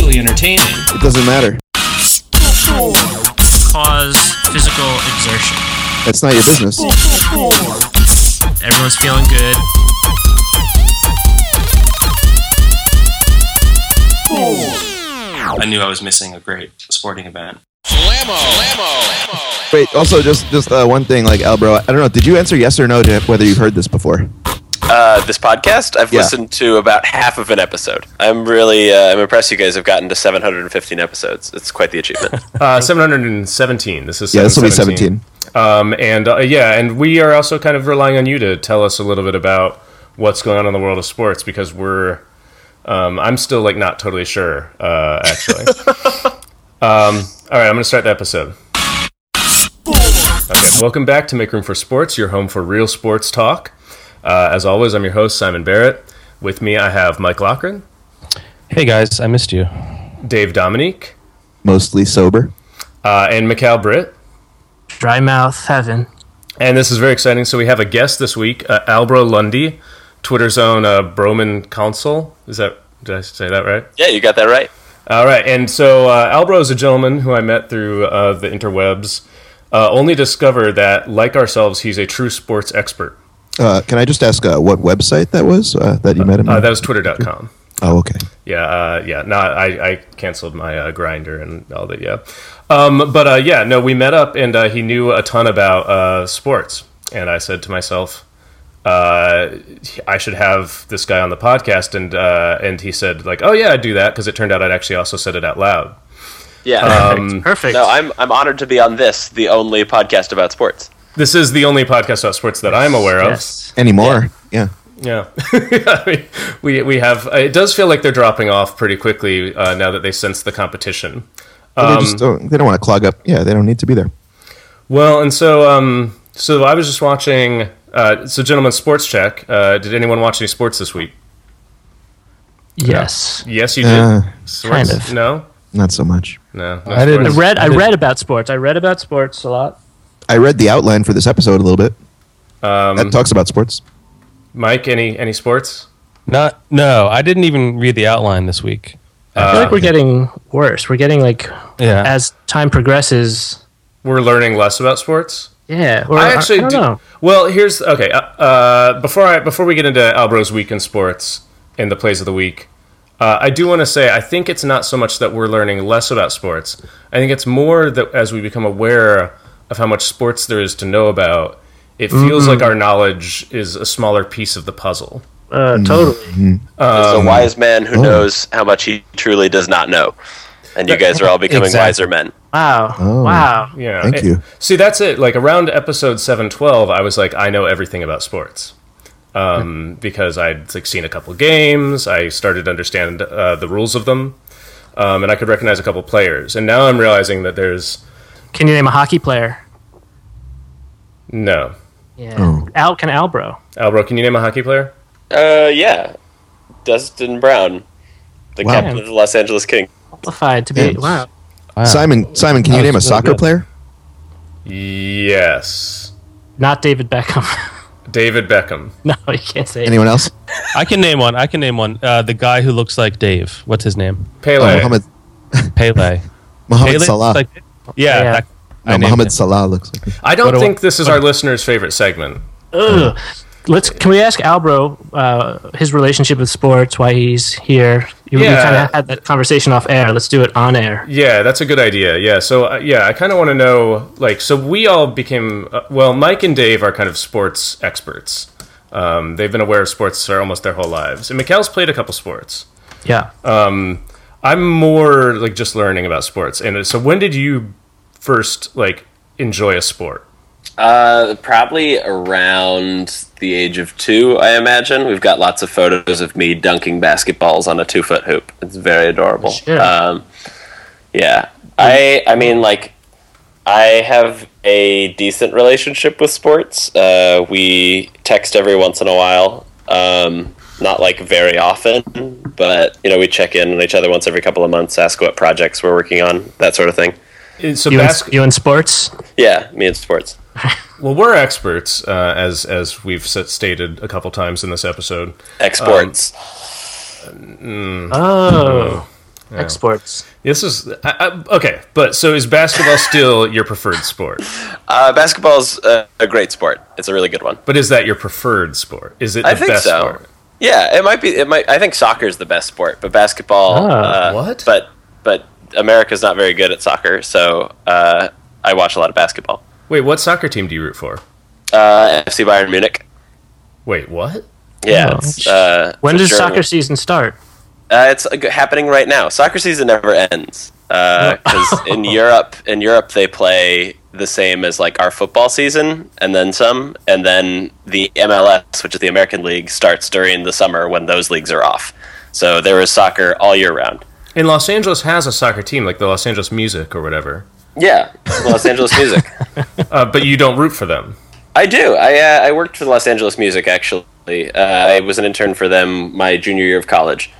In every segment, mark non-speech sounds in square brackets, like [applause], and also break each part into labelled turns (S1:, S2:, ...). S1: Really entertaining.
S2: It doesn't matter.
S3: Cause physical exertion.
S2: That's not your business.
S3: Everyone's feeling good.
S1: I knew I was missing a great sporting event.
S2: Wait, also just just uh, one thing, like Albro, I don't know. Did you answer yes or no to whether you've heard this before?
S4: Uh, this podcast, I've
S2: Yeah.
S4: listened to about half of an episode. I'm really, uh, I'm impressed. You guys have gotten to 715 episodes. It's quite the
S2: [laughs]
S4: achievement.
S5: Uh, 717. This is
S2: Yeah, this will be 17.
S5: Um, and uh, yeah, and we are also kind of relying on you to tell us a little bit about what's going on in the world of sports because we're. Um, I'm still like not totally sure, uh, actually.
S2: [laughs]
S5: um, all right, I'm gonna start the episode. Okay, welcome back to Make Room for Sports, your home for real sports talk. Uh, as always, I'm your host Simon Barrett. With me, I have Mike Lochran,
S1: Hey guys, I missed you.
S5: Dave Dominique,
S2: Mostly sober.
S5: uh, and Mikhail Britt.
S3: Dry mouth heaven.
S5: And this is very exciting. So we have a guest this week, uh, Albro Lundy, Twitter's own uh, Broman Council. Is that did I say that right?
S4: yeah, you got that right.
S5: All right. And so uh, Albro is a gentleman who I met through uh, the interwebs. Uh, only discover that, like ourselves, he's a true sports expert.
S2: Uh, can I just ask uh, what website that was uh, that you met him?
S5: Uh,
S2: on?
S5: that was Twitter.com.
S2: oh, okay.
S5: Yeah, uh, yeah. No, I, I canceled my uh, grinder and all that. Yeah, um, but uh, yeah, no, we met up and uh, he knew a ton about uh, sports, and I said to myself, uh, I should have this guy on the podcast, and uh, and he said like, oh yeah, I do that because it turned out I'd actually also said it out loud. Um,
S4: Yeah.
S2: Um,
S5: [laughs]
S3: Perfect.
S4: no, I'm, I'm honored to be on this, the only podcast about sports.
S5: This is the only podcast about sports that I'm aware of.
S3: yes.
S2: Anymore? Yeah.
S5: Yeah, [laughs] I mean, we we have. It does feel like they're dropping off pretty quickly uh, now that they sense the competition.
S2: Well, they just don't. They don't want to clog up. Yeah, they don't need to be there.
S5: Well, and so um, so I was just watching. Uh, so, gentlemen, sports check. Uh, did anyone watch any sports this week?
S3: Yes.
S5: Yes, you did.
S2: Uh,
S5: Sports?
S3: kind of.
S5: No,
S2: Not so much.
S5: no. no
S6: I didn't-
S5: sports.
S3: I read I read about sports. I read about sports a lot.
S2: I read the outline for this episode a little bit. Um, that talks about sports.
S5: Mike, any any sports?
S6: Not no, I didn't even read the outline this week.
S3: I feel like we're getting worse. We're getting like
S6: Yeah.
S3: as time progresses.
S5: We're learning less about sports.
S3: Yeah. Or,
S5: I actually
S3: don't
S5: do.
S3: know.
S5: Well, here's okay. Uh, uh, before I before we get into Albro's week in sports and the plays of the week, uh, I do want to say I think it's not so much that we're learning less about sports. I think it's more that as we become aware of how much sports there is to know about, it feels like our knowledge is a smaller piece of the puzzle.
S3: Uh, totally.
S2: Um,
S4: it's a wise man
S2: oh.
S4: who knows how much he truly does not know. And you guys are all becoming
S6: Exactly.
S4: wiser men.
S3: Wow. Wow.
S5: Yeah.
S2: Thank
S5: It-
S2: you.
S5: See, that's it. Like around episode seven twelve, I was like, I know everything about sports. Um, because I'd like seen a couple games, I started to understand uh, the rules of them, um, and I could recognize a couple players. And now I'm realizing that there's
S3: Can you name a hockey player?
S5: no
S3: Yeah. Al can Albro.
S5: Albro. Can you name a hockey player?
S4: Uh, yeah. Dustin Brown, the
S2: Wow.
S4: captain of the Los Angeles Kings.
S3: Qualified to be
S2: Yeah.
S3: wow.
S6: Wow.
S2: Simon, Simon, can you
S6: That
S2: name a
S6: was really
S2: soccer
S6: good.
S2: player?
S5: Yes,
S3: Not David Beckham. [laughs]
S5: David Beckham.
S3: no, you can't say it.
S2: Anyone else?
S6: I can name one. I can name one. Uh, the guy who looks like Dave. What's his name?
S5: Pele.
S2: Oh, Mohammed,
S6: [laughs] Pele.
S2: Mohammed
S6: Pele
S2: Salah.
S6: looks like Yeah.
S3: Yeah.
S6: that- I
S2: no,
S6: named
S2: Mohammed
S6: him.
S2: Salah looks like. him.
S5: I
S6: What
S5: don't
S6: do I-
S5: think this is our listener's favorite segment.
S3: Ugh. Let's can we ask Albro uh, his relationship with sports, why he's here. You,
S5: Yeah.
S3: kind of had that conversation off air. Let's do it on air.
S5: Yeah, that's a good idea. Yeah, so uh, yeah, I kind of want to know like so we all became uh, well, Mike and Dave are kind of sports experts. Um, they've been aware of sports for almost their whole lives, and Mikhail's played a couple sports.
S3: Yeah.
S5: I'm more like just learning about sports, and uh, so when did you first like enjoy a sport?
S4: Uh, probably around the age of two, I imagine. We've got lots of photos of me dunking basketballs on a two foot hoop. It's very adorable.
S3: Sure.
S4: Um, yeah. I, I mean, like, I have a decent relationship with sports. Uh, we text every once in a while. Um, not like very often, but you know we check in on each other once every couple of months, ask what projects we're working on, that sort of thing.
S5: And Uh, So
S3: you, in,
S5: basket.
S3: you in sports?
S4: Yeah, me and sports.
S5: well, we're experts, uh, as as we've s- stated a couple times in this episode.
S4: Exports.
S3: Oh, exports.
S5: This is I, I, okay, but so is basketball [laughs] still your preferred sport?
S4: Uh, basketball's a, a great sport. It's a really good one.
S5: But is that your preferred sport? Is it the
S4: I think
S5: best
S4: so.
S5: sport?
S4: Yeah, it might be. It might. I think soccer's the best sport, but basketball.
S3: Ah,
S4: uh,
S5: what?
S4: But but America's not very good at soccer, so uh, I watch a lot of basketball.
S5: Wait, what soccer team do you root for?
S4: Uh, FC Bayern Munich.
S5: Wait, what?
S4: Yeah.
S3: Oh.
S4: it's, uh,
S3: When
S4: it's a
S3: does
S4: German-
S3: soccer season start?
S4: Uh, it's uh, g- happening right now. Soccer season never ends because in Europe, in Europe they play the same as like our football season and then some, and then the MLS, which is the American League, starts during the summer when those leagues are off. So there is soccer all year round.
S5: And Los Angeles has a soccer team, like the Los Angeles Music or whatever.
S4: Yeah, Los Angeles Music.
S5: Uh, but you don't root for them.
S4: [laughs] I do. I uh, I worked for the Los Angeles Music actually. Uh, I was an intern for them my junior year of college.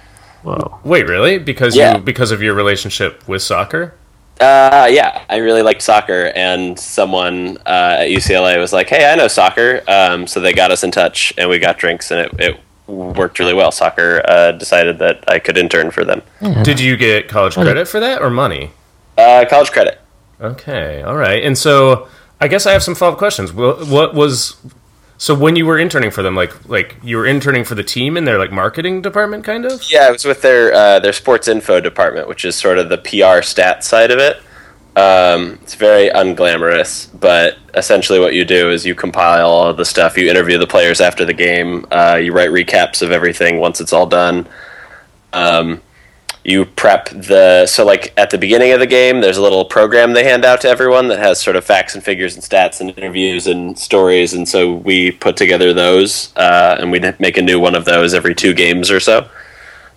S3: Whoa.
S5: Wait, really? Because
S4: Yeah.
S5: you because of your relationship with soccer?
S4: Uh, yeah, I really liked soccer, and someone uh, at UCLA was like, "Hey, I know soccer," um, so they got us in touch, and we got drinks, and it, it worked really well. Soccer uh, decided that I could intern for them.
S5: Did you get college credit for that or money?
S4: Uh, college credit.
S5: Okay, all right. And so I guess I have some follow up questions. Wha- What was so when you were interning for them, like like you were interning for the team in their like marketing department, kind of?
S4: Yeah, it was with their uh, their sports info department, which is sort of the PR stat side of it. Um, it's very unglamorous, but essentially what you do is you compile all of the stuff. You interview the players after the game. Uh, you write recaps of everything once it's all done. Um, you prep the so like at the beginning of the game, there's a little program they hand out to everyone that has sort of facts and figures and stats and interviews and stories, and so we put together those uh, and we make a new one of those every two games or so.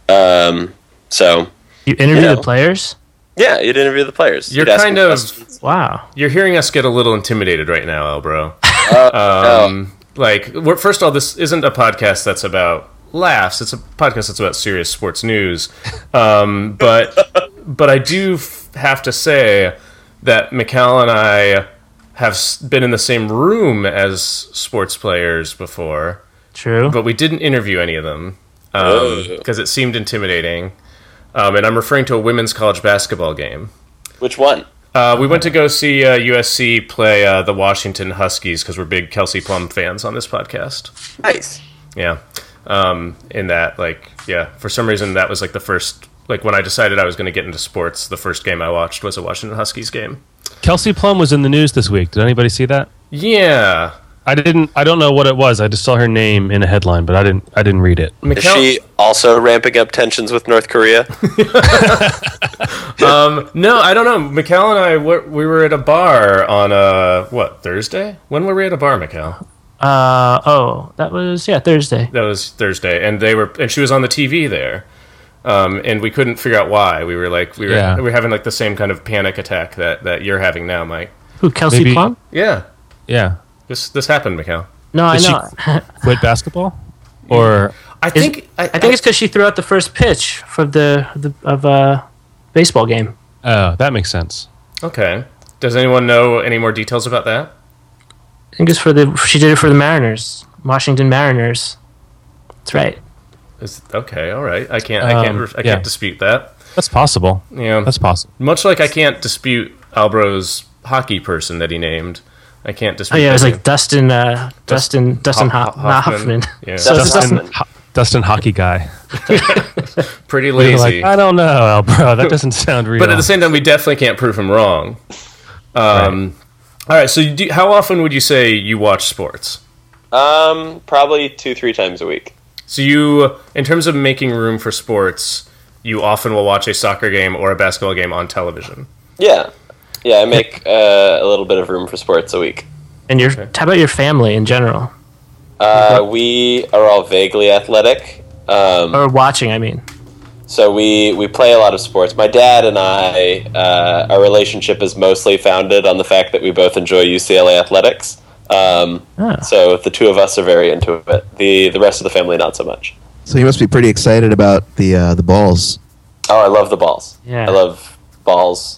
S4: Um, so
S3: You interview
S4: Yeah.
S3: the players?
S4: yeah, you'd interview the players.
S5: You're
S4: You'd ask
S5: kind
S4: them
S5: of
S4: questions.
S3: Wow.
S5: you're hearing us get a little intimidated right now, Elbro.
S4: Oh,
S5: like we're, first of all this isn't a podcast that's about laughs it's a podcast that's about serious sports news um, but but i do f- have to say that mccall and i have s- been in the same room as sports players before
S3: True.
S5: but we didn't interview any of them because it seemed intimidating um, and i'm referring to a women's college basketball game
S4: which one?
S5: uh, we went to go see uh, USC play uh, the Washington Huskies because we're big Kelsey Plum fans on this podcast.
S4: Nice.
S5: Yeah. Um, in that, like, yeah, for some reason, that was like the first, like, when I decided I was going to get into sports, the first game I watched was a Washington Huskies game.
S6: Kelsey Plum was in the news this week. Did anybody see that?
S5: Yeah.
S6: I didn't. I don't know what it was. I just saw her name in a headline, but I didn't. I didn't read it.
S4: Is
S5: Mikal-
S4: she also ramping up tensions with North
S5: [laughs]
S4: Korea?
S5: no, I don't know. Mikal and I, were, we were at a bar on, uh, what, Thursday? When were we at a bar, Mikal?
S3: Uh, oh, that was, yeah, Thursday.
S5: That was Thursday. And they were, and she was on the TV there. Um, and we couldn't figure out why. We were like, we were,
S6: Yeah.
S5: we were having like the same kind of panic attack that, that you're having now, Mike.
S3: Who, Kelsey
S6: Maybe-
S3: Plum?
S5: Yeah.
S6: Yeah.
S5: This, this happened, Mikal.
S3: No, I
S6: Did she-
S3: know.
S6: Quit basketball, or
S5: I
S3: Is-
S5: think, I,
S3: I think it's because she threw out the first pitch for the, the of a baseball game.
S6: oh, that makes sense.
S5: Okay. Does anyone know any more details about that?
S3: I think it's for the she did it for the Mariners, Washington Mariners. That's right.
S5: Is, okay, all right. I can't. I can't.
S6: Um,
S5: ref- I
S6: yeah.
S5: can't dispute that.
S6: That's possible.
S5: Yeah.
S6: That's possible.
S5: Much like I can't dispute Albro's hockey person that he named. I can't
S3: Oh
S5: dispute.
S3: yeah, it was
S5: that
S3: like Dustin, uh, Dustin, Dustin Ho- not Hoffman.
S5: Yeah.
S3: So it's
S6: Dustin,
S3: Dustin,
S4: Hoffman.
S6: Ho- Dustin hockey guy.
S5: name. pretty
S6: They're
S5: lazy.
S6: Like, I don't know, Al, bro. That doesn't sound real.
S5: but at the same time, we definitely can't prove him wrong. Um, All right. So, you do, how often would you say you watch sports?
S4: Um, probably two, three times a week.
S5: So, you, in terms of making room for sports, you often will watch a soccer game or a basketball game on television.
S4: Yeah, yeah. I make uh, a little bit of room for sports a week.
S3: [laughs] and your how about your family in general
S4: Uh, we are all vaguely athletic, um,
S3: or watching? I mean,
S4: so we we play a lot of sports. My dad and I, uh, our relationship is mostly founded on the fact that we both enjoy UCLA athletics. Um,
S3: Ah.
S4: So the two of us are very into it. the The rest of the family not so much.
S2: So you must be pretty excited about the uh, the balls.
S4: Oh, I love the balls.
S3: Yeah.
S4: I love balls.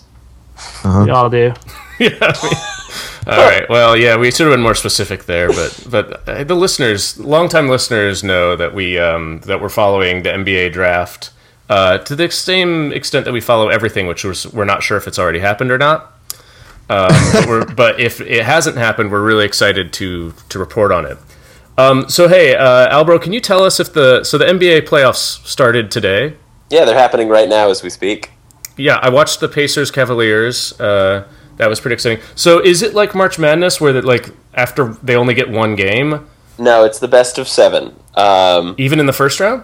S3: Hmm.
S2: Uh-huh.
S3: we all do.
S5: Yeah, I mean, All right. Well, yeah, we should have been more specific there, but but uh, the listeners, longtime listeners, know that we um, that we're following the NBA draft uh, to the same extent that we follow everything, which was we're not sure if it's already happened or not. Um, but, we're, but if it hasn't happened, we're really excited to to report on it. Um, so hey, uh, Albro, can you tell us if the so the NBA playoffs started today?
S4: Yeah, they're happening right now as we speak.
S5: Yeah, I watched the Pacers Cavaliers. Uh, that was pretty exciting. So, is it like March Madness, where that like after they only get one game,
S4: No, it's the best of seven. Um,
S5: even in the first round?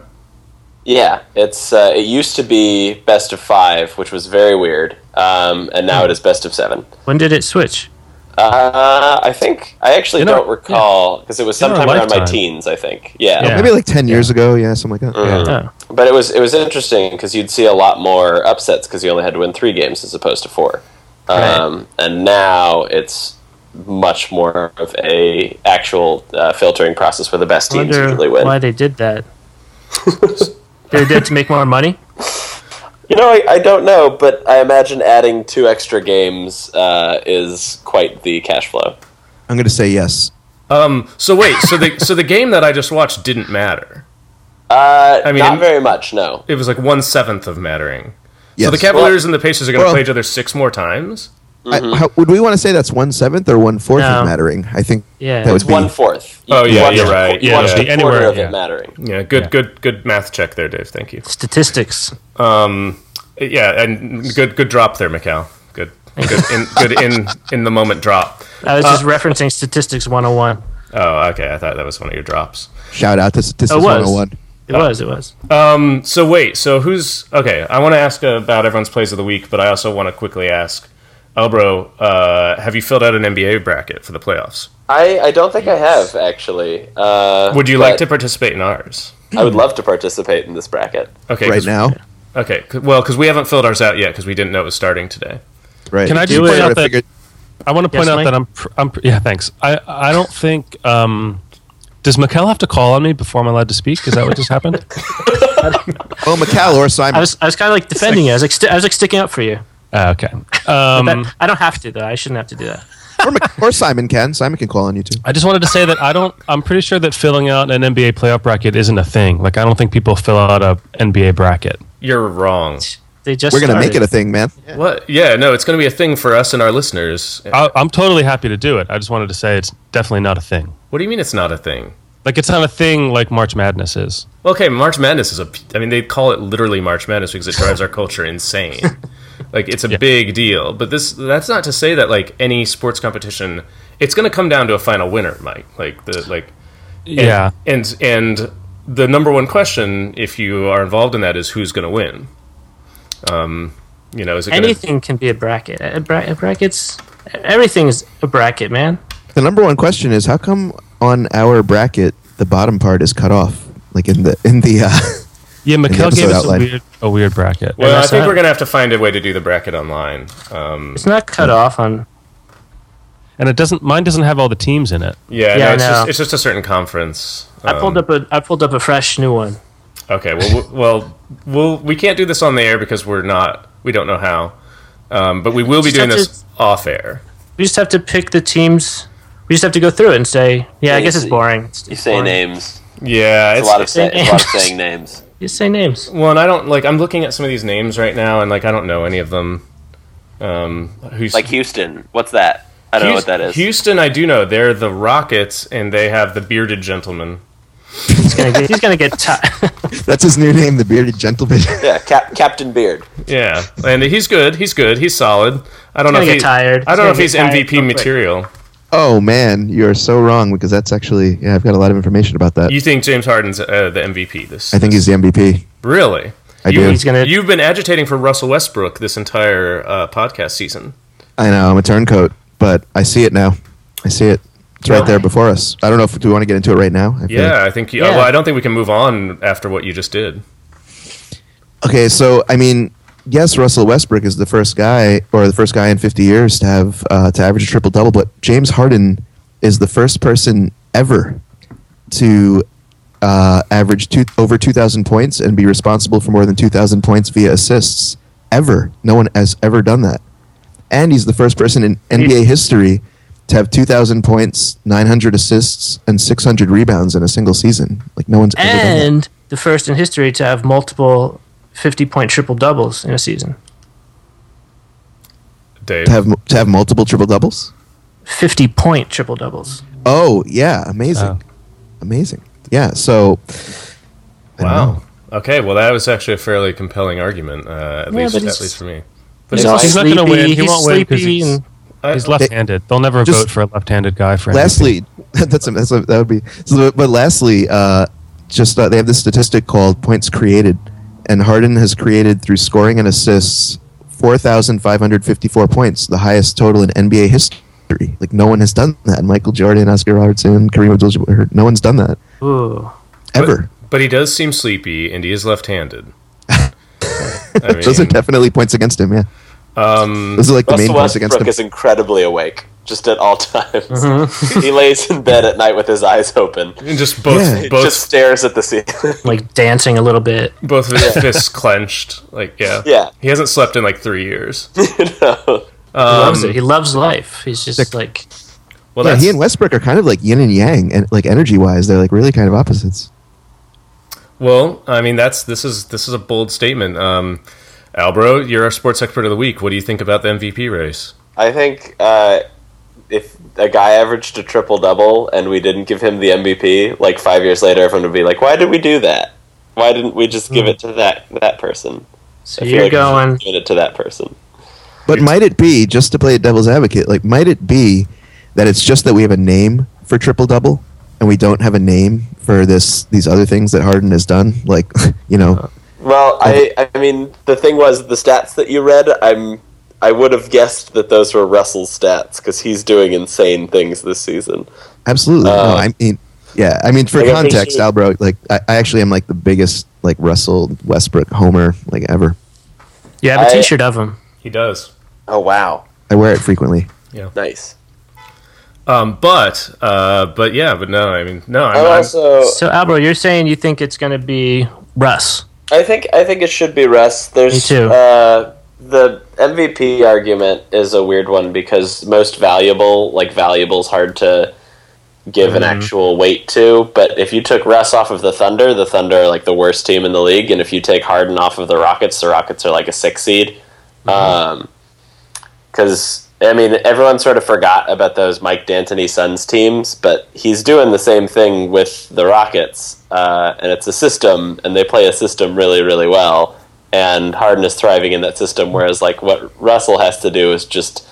S4: yeah, it's uh, it used to be best of five, which was very weird, um, and now it is best of seven.
S3: When did it switch?
S4: Uh, I think I actually
S6: In our-
S4: don't recall because it was
S6: In our
S4: sometime around my
S6: lifetime.
S4: teens. I think, yeah.
S3: Yeah.
S2: Oh, Maybe like 10 years ago, yeah, something like that.
S3: Oh.
S4: But it was it was interesting because you'd see a lot more upsets because you only had to win three games as opposed to four, um, and now it's much more of a actual uh, filtering process where the best
S3: I
S4: teams
S3: wonder
S4: usually win.
S3: why they did
S2: [laughs]
S3: that. they did it to make more money.
S4: You know, I, I don't know, but I imagine adding two extra games uh, is quite the cash flow.
S2: I'm going to say yes.
S5: So wait, so the so the game that I just watched didn't matter.
S4: Uh,
S5: I mean-
S4: not very much, no.
S5: It was like one seventh of mattering.
S2: Yes.
S5: So the Cavaliers and the Pacers are going to
S2: Well-
S5: play each other six more times.
S2: I- how- would we want to say that's one seventh or one fourth
S3: No.
S2: of mattering? I think
S3: Yeah.
S2: that
S4: It's
S2: would be
S4: one fourth.
S5: Oh, yeah, you're right.
S4: You
S5: Yeah,
S4: watched
S5: yeah.
S4: a quarter
S6: Anywhere,
S4: of
S6: yeah.
S4: it mattering.
S5: Yeah, good, good, good math check there, Dave. Thank you. Um,
S3: Statistics.
S5: Yeah, and good, good drop there, Mikal. Good, good, in, good in in the moment drop.
S3: I was
S2: Uh,
S3: just referencing statistics 101.
S5: Oh, okay. I thought that was one of your drops.
S2: shout out to Statistics
S3: was.
S2: 101.
S3: It was. It was.
S5: So wait, so who's okay? I want to ask about everyone's plays of the week, but I also want to quickly ask, Elbro, uh, have you filled out an NBA bracket for the playoffs?
S4: I, I don't think I have, actually. Uh,
S5: Would you
S4: but
S5: like to participate in ours?
S4: I would love to participate in this bracket.
S5: Okay,
S2: Right
S5: 'cause-
S2: now,
S5: Okay, c- well, because we haven't filled ours out yet, because we didn't know it was starting today.
S2: right?
S6: Can I just
S2: We
S6: point
S2: sort
S6: out
S2: of
S6: that-
S2: figured-
S6: I want to point
S3: Yes,
S6: out
S3: Mike?
S6: that I'm, pr- I'm, pr- yeah, thanks. I, I don't think, um, does Mikkel have to call on me before I'm allowed to speak? Is that what
S3: [laughs]
S6: just happened?
S2: oh, Macau or
S3: I
S2: Simon?
S3: was. I was kind of like defending you. I was like. St- I was like sticking up for you.
S6: Ah, okay.
S3: That-
S2: Hmm.
S6: Um,
S3: I don't have to though. I shouldn't have to do that.
S2: or, Mac- or Simon can. Simon can call on you too.
S6: I just wanted to say that I don't, I'm pretty sure that filling out an NBA playoff bracket isn't a thing. Like, I don't think people fill out a NBA bracket.
S5: You're wrong.
S3: They just.
S2: We're gonna
S3: started.
S2: make it a thing, man.
S5: What? Yeah, no, it's going to be a thing for us and our listeners.
S6: I, I'm totally happy to do it. I just wanted to say it's definitely not a thing.
S5: What do you mean it's not a thing?
S6: Like, it's not a thing like March Madness is.
S5: Well, okay, March Madness is a. p- I mean, they call it literally March Madness because it drives
S3: [laughs]
S5: our culture insane. Like it's a big deal, but this—that's not to say that like any sports competition, it's going to come down to a final winner, Mike. Like the like, and-
S6: yeah.
S5: and and the number one question, if you are involved in that, is who's going to win. Um, you know, is it gonna,
S3: Anything can be a bracket. A bra- brackets. Everything is a bracket, man.
S2: The number one question is how come on our bracket the bottom part is cut off, like in the in the. Uh, [laughs]
S6: Yeah, Mikkel
S2: episode
S6: gave us a
S2: outline.
S6: weird, a weird bracket.
S5: Well, I
S3: that's
S5: think
S3: not-
S5: we're going to have to find a way to do the bracket online. Um,
S3: It's not cut
S4: Hmm.
S3: off on.
S6: and it doesn't, mine doesn't have all the teams in it.
S3: Yeah,
S5: yeah, no,
S3: I
S5: it's,
S3: know.
S5: just, it's just a certain conference.
S4: Um,
S3: I pulled up a. I pulled up a fresh new one.
S5: Okay. Well, we- well, we'll we can't do this on the air because we're not. We don't know how. Um, but we will be
S3: Just
S5: doing
S3: have
S5: this off air.
S3: We just have to pick the teams. We just have to go through it and say, yeah, I
S4: you
S3: guess it's
S4: say-
S3: boring. It's,
S4: You say names.
S5: Yeah,
S4: A lot of,
S5: it's,
S4: say, a
S2: [laughs]
S4: lot of saying names.
S3: You say names.
S5: well, and I don't like. I'm looking at some of these names right now, and like I don't know any of them. Um, who's
S4: Like Houston. What's that? I don't know what that is.
S5: Houston, I do know. They're the Rockets, and they have the bearded gentleman.
S3: He's gonna get. He's gonna get.
S4: [laughs]
S3: T-
S2: that's his new name, the bearded gentleman.
S4: Yeah, Cap- Captain Beard.
S5: Yeah, and he's good. He's good. He's solid. I don't know
S3: gonna
S5: if
S3: get
S5: he's
S3: tired.
S5: I
S3: He's
S5: don't know
S3: gonna
S5: if
S3: get
S5: he's
S3: tired
S5: MVP
S3: real quick.
S5: material.
S2: oh man, you are so wrong because that's actually yeah. I've got a lot of information about that.
S5: You think James Harden's uh, the MVP? This
S2: I think he's the MVP.
S5: really?
S2: I
S5: You-
S2: do.
S3: He's gonna-
S5: You've been agitating for Russell Westbrook this entire uh, podcast season.
S2: I know I'm a turncoat, but I see it now. I see it. It's right there before us. I don't know if do we want to get into it right now. I feel like-
S5: Yeah, I think. You,
S3: Yeah.
S5: Well, I don't think we can move on after what you just did.
S2: Okay, so I mean, yes, Russell Westbrook is the first guy, or the first guy in 50 years to have uh, to average a triple double. But James Harden is the first person ever to uh, average two, over 2,000 points and be responsible for more than 2,000 points via assists. Ever, no one has ever done that, and he's the first person in NBA history to have 2,000 points, 900 assists, and 600 rebounds in a single season. Like, no one's ever done that.
S3: and the first in history to have multiple 50 point triple doubles in a season.
S5: Dave.
S2: To have, mu- to have multiple triple doubles?
S3: 50 point triple doubles.
S2: Oh, yeah. Amazing.
S6: Oh.
S2: Amazing. Yeah. So, I don't know.
S5: Wow. Okay, well, that was actually a fairly compelling argument, uh, at
S3: Yeah,
S5: least
S3: but
S5: at
S3: it's-
S5: least for me.
S3: He's,
S4: it's
S3: all
S4: like-
S6: He's not
S3: sleepy.
S6: gonna win. He
S3: He's
S6: won't win 'cause
S3: sleepy
S6: he's-
S3: and
S5: I-
S6: He's left-handed. They'll never
S2: Just-
S6: vote for a left-handed guy for anything.
S2: lastly, [laughs] that's, a, that's a, that would be. So, but lastly, uh, just uh, they have this statistic called points created, and Harden has created through scoring and assists four thousand five hundred fifty-four points, the highest total in NBA history. Like no one has done that. Michael Jordan, Oscar Robertson, Kareem Abdul-Jabbar, no one's done that
S3: Ooh.
S2: ever.
S5: But he does seem sleepy, and he
S2: [laughs]
S5: is left-handed. I mean,
S2: Those are definitely points against him. Yeah,
S5: um,
S2: those are like the main
S4: Russell
S2: points against
S4: Westbrook
S2: him.
S4: is incredibly awake, just at all times.
S2: Mm-hmm.
S4: he lays in bed at night with his eyes open.
S5: and just both
S2: Yeah.
S5: both
S4: just stares at the ceiling. [laughs]
S3: Like dancing a little bit.
S5: both of his fists clenched. Like yeah,
S4: Yeah.
S5: He hasn't slept in like three years. Um,
S4: you know?
S3: He loves
S4: Um,
S3: it. He loves life. He's just like
S5: Well,
S2: Yeah,
S5: that's,
S2: he and Westbrook are kind of like yin and yang, and like energy-wise, they're like really kind of opposites.
S5: well, I mean, that's this is this is a bold statement. Um, Albro, you're our sports expert of the week. What do you think about the MVP race?
S4: I think uh, if a guy averaged a triple double and we didn't give him the MVP, like five years later, everyone would be like, "Why did we do that? Why didn't we just
S2: Hmm.
S4: give it to that that person?"
S3: so
S4: I feel
S3: you're
S4: like we should
S3: going
S4: give it to that person.
S2: But might it be just to play devil's advocate? Like, might it be that it's just that we have a name for triple double, and we don't have a name for this these other things that Harden has done? Like, [laughs] you know,
S4: Well, I I mean, the thing was the stats that you read. I'm I would have guessed that those were Russell's stats because he's doing insane things this season.
S2: absolutely. no,
S4: uh,
S2: I mean, yeah, I mean for
S4: like, I
S2: context,
S4: appreciate-
S2: Albro, like I, I actually am like the biggest like Russell Westbrook homer like ever.
S3: You have a
S4: I-
S3: t shirt of him.
S5: He does.
S4: Oh wow,
S2: I wear it frequently.
S4: nice.
S5: Um, but uh, but yeah, but no, I mean, no, I'm,
S4: Oh, I
S5: I'm-
S4: also
S3: So Albro, you're saying you think it's gonna be Russ.
S4: I think I think it should be Russ. There's
S3: Me too.
S4: Uh, the MVP argument is a weird one because most valuable, like valuable's hard to give an
S3: Mm-hmm.
S4: actual weight to. But if you took Russ off of the Thunder, the Thunder are like the worst team in the league, and if you take Harden off of the Rockets, the Rockets are like a six seed.
S3: Mm-hmm.
S4: Um 'cause because I mean, everyone sort of forgot about those Mike D'Antoni Suns teams, but he's doing the same thing with the Rockets, uh, and it's a system, and they play a system really, really well. And Harden is thriving in that system, whereas like what Russell has to do is just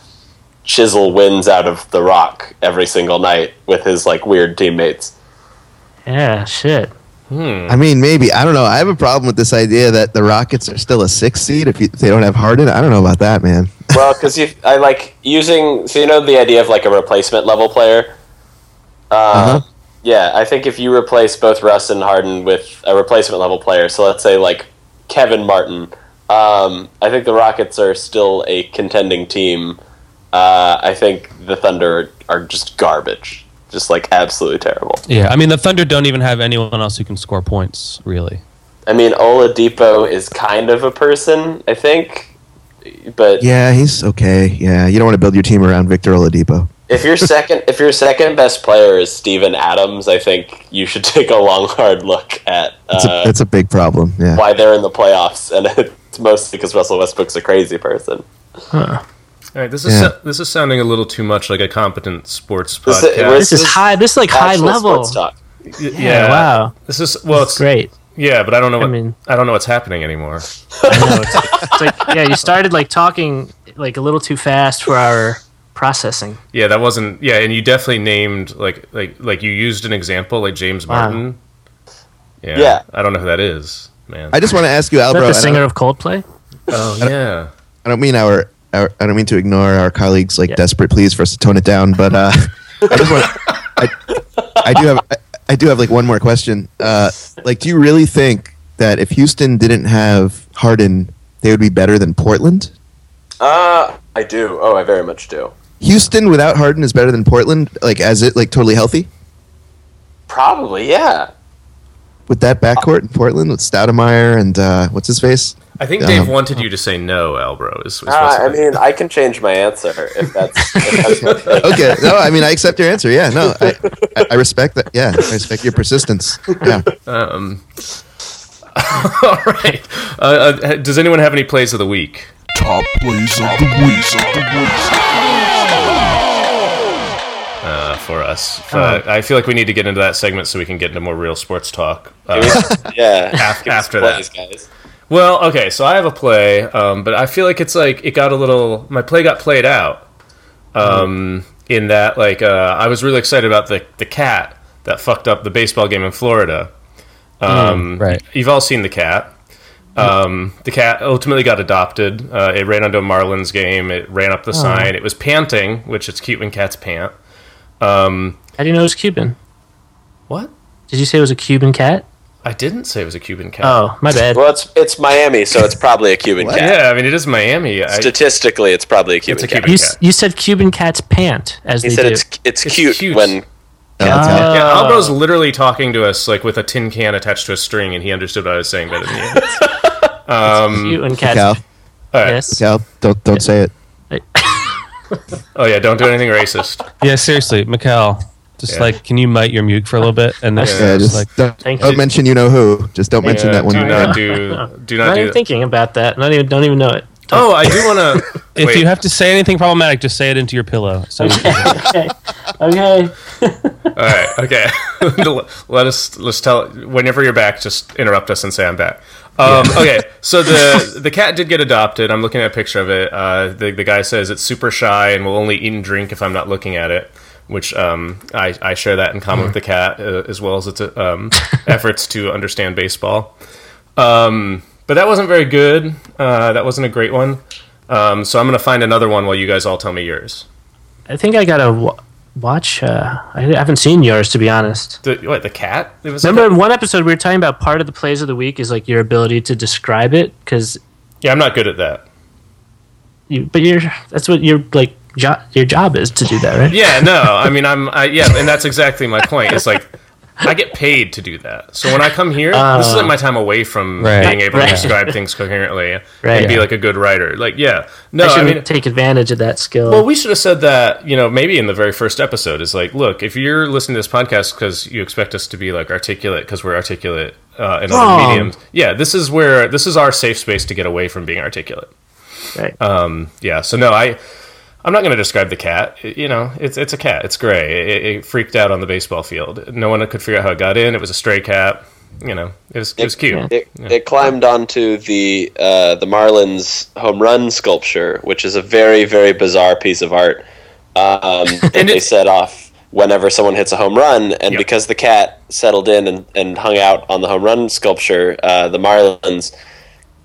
S4: chisel wins out of the rock every single night with his like weird teammates.
S3: Yeah, shit.
S2: I mean, maybe I don't know. I have a problem with this idea that the Rockets are still a six seed if, you, if they don't have Harden. I don't know about that, man.
S4: well, because you, I like using so you know the idea of like a replacement level player. Uh,
S2: Uh-huh.
S4: Yeah, I think if you replace both Russ and Harden with a replacement level player, so let's say like Kevin Martin, um, I think the Rockets are still a contending team. Uh, I think the Thunder are just garbage, just like absolutely terrible.
S6: Yeah, I mean the Thunder don't even have anyone else who can score points, really.
S4: I mean, Oladipo is kind of a person, I think, but
S2: Yeah, he's okay. Yeah, you don't want to build your team around Victor Oladipo.
S4: If your second if your second best player is Steven Adams, I think you should [laughs] take a long hard look at
S2: It's
S4: uh,
S2: a, that's a big problem. Yeah.
S4: why they're in the playoffs, and [laughs] it's mostly because Russell Westbrook's a crazy person.
S5: all right, this is
S2: Yeah.
S5: so- this is sounding a little too much like a competent sports
S4: This
S5: podcast.
S4: is- we're-
S3: This is
S4: This is
S3: high this is like high
S4: Actual
S3: level.
S4: sports talk.
S5: Y- yeah,
S3: Yeah, wow.
S5: This is well, it's,
S3: Great.
S5: Yeah, but I don't know. What, I
S3: mean-
S5: don't know what's happening anymore.
S3: I know. It's, it's like [laughs] yeah, you started like talking like a little too fast for our
S4: Oh,
S3: processing.
S5: Yeah, that wasn't. Yeah, and you definitely named like like like you used an example like James
S3: Wow.
S5: Martin. Yeah,
S4: Yeah.
S5: I don't know who that is, man.
S2: I just want to ask you,
S3: Is that
S2: Albro.
S3: the
S2: and I don't-
S3: singer of Coldplay?
S5: oh yeah,
S2: I don't mean our, our I don't mean to ignore our colleagues like
S3: Yeah.
S2: desperate pleas for us to tone it down,
S3: [laughs]
S2: but uh, I just want I, I do have I, I do have like one more question. Uh, like, do you really think that if Houston didn't have Harden, they would be better than Portland?
S4: Uh, I do. Oh, I very much do.
S2: Houston without Harden is better than Portland, like as it like totally healthy
S4: Probably, yeah.
S2: with that backcourt in Portland with Stoudemire and uh, what's his face?
S5: I think Dave
S2: Um,
S5: wanted you to say no, Albro. Is, is what's
S4: Ah, I
S5: happening.
S4: mean, I can change my answer
S2: [laughs]
S4: if that's. If that's what-
S2: Okay. No, I mean, I accept your answer. Yeah. No, I, I, I respect that. Yeah. I respect your persistence. Yeah.
S5: Um, [laughs] all right. Uh, uh, does anyone have any plays of the week?
S7: Top plays of the week. Of the week.
S5: uh, for us. Uh, I feel like we need to get into that segment so we can get into more real sports talk.
S4: Give
S5: Uh,
S4: us- yeah.
S5: [laughs] Af-
S4: Give us
S5: after that.
S4: plays, guys.
S5: well, okay, so I have a play, um, but I feel like it's like it got a little. My play got played out. Um, In that, like, uh, I was really excited about the the cat that fucked up the baseball game in Florida. Um,
S6: right.
S5: You've all seen the cat. Um, the cat ultimately got adopted. Uh, it ran onto a Marlins game. It ran up the sign. It was panting, which it's cute when cats pant.
S3: How do you know it was Cuban?
S5: What?
S3: Did you say it was a Cuban cat?
S5: I didn't say it was a Cuban cat.
S3: Oh, my bad.
S4: Well, it's it's Miami, so it's probably a Cuban cat.
S5: Yeah, I mean it is Miami. I,
S4: Statistically, it's probably a Cuban
S5: a
S4: cat.
S5: Cuban
S3: You, s- you said Cuban cats pant as
S4: He
S3: they
S4: said
S3: do.
S4: it's it's,
S5: It's
S4: cute,
S5: cute.
S4: when
S2: Uh,
S5: yeah, Albro's literally talking to us like with a tin can attached to a string, and he understood what I was saying better than Um, you.
S3: cute and cats.
S2: Cal,
S5: All right.
S3: Yes.
S2: Cal, don't don't say it.
S5: Oh yeah, don't do anything racist.
S6: Yeah, seriously, Mikhail. Just
S5: Yeah.
S6: like, can you mute your mute for a little bit? And then
S2: Yeah.
S6: just
S2: Just
S6: like,
S2: don't,
S3: Thank
S2: don't
S3: you.
S2: mention you know who. Just don't mention
S5: Yeah,
S2: that one.
S5: do not do do
S3: I'm
S5: not
S3: not
S5: do.
S3: even
S5: That.
S3: thinking about that. Not even. Don't even know it. [laughs]
S5: Oh, I do want to.
S6: if you have to say anything problematic, just say it into your pillow. So
S3: okay. Okay.
S5: All right. Okay. [laughs] Let us let's tell. Whenever you're back, just interrupt us and say I'm back. Um, okay. So the the cat did get adopted. I'm looking at a picture of it. Uh, the the guy says it's super shy and will only eat and drink if I'm not looking at it. Which um, I, I share that in common with the cat uh, as well as its uh, um, efforts to understand baseball. Um, but that wasn't very good. Uh, that wasn't a great one. Um, so I'm gonna find another one while you guys all tell me yours.
S3: I think I gotta wa- watch. Uh, I haven't seen yours to be honest.
S5: The, what the cat? It was
S3: Remember in one episode we were talking about part of the plays of the week is like your ability to describe it because
S5: yeah, I'm not good at that.
S3: you but you're that's what your like jo- your job is to do that right
S5: Yeah, no. I mean, I'm. I, yeah, and that's exactly my point. It's like I get paid to do that. So when I come here, this is like my time away from
S6: Right.
S5: being able
S3: Ah. Right.
S5: to describe things coherently
S3: [laughs] Right.
S5: and be like a good writer. Like, yeah, no.
S3: I
S5: I,
S3: should
S5: mean,
S3: take advantage of that skill
S5: well, we should have said that. You know, maybe in the very first episode is like, look, if you're listening to this podcast because you expect us to be like articulate because we're articulate uh, in other
S3: Wrong.
S5: mediums. Yeah, this is where this is our safe space to get away from being articulate.
S3: right.
S6: Uh,
S5: Yeah. So no, I I'm not going to describe the cat. It- you know, it's it's a cat. It's gray. It, it freaked out on the baseball field. No one could figure out how it got in. It was a stray cat. You know, it was it was cute.
S4: It, it climbed onto the uh, the Marlins home run sculpture, which is a very very bizarre piece of art
S5: [laughs]
S4: um, that they
S5: it's-
S4: set off whenever someone hits a home run. And
S5: Yep.
S4: because the cat settled in and, and hung out on the home run sculpture, uh, the Marlins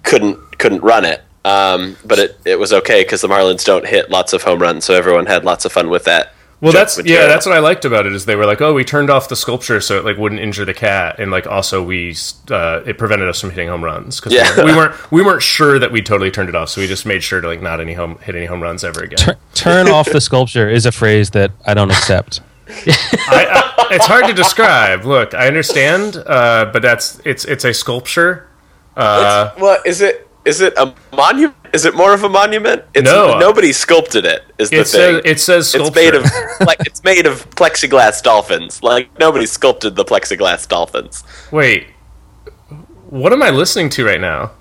S4: couldn't couldn't run it. Um, but it, it was okay because the Marlins don't hit lots of home runs, so everyone had lots of fun with that.
S5: Well,
S4: joke
S5: that's yeah,
S4: material.
S5: that's what I liked about it is they were like, oh, we turned off the sculpture so it like wouldn't injure the cat, and like also we uh, it prevented us from hitting home runs because
S4: Yeah.
S5: we, weren't we weren't sure that we totally turned it off, so we just made sure to like not any home hit any home runs ever again.
S6: tur- turn off the sculpture is a phrase that I don't accept.
S5: I, I, it's hard to describe. Look, I understand, uh, but that's it's it's a sculpture. Uh,
S4: Well, is it is it a monument? Is it more of a monument? It's,
S5: No. uh,
S4: nobody sculpted it. Is the
S5: It
S4: thing?
S5: says, it says sculpture.
S4: It's made of like it's made of plexiglass dolphins. Like nobody sculpted the plexiglass dolphins.
S5: Wait, what am I listening to right now?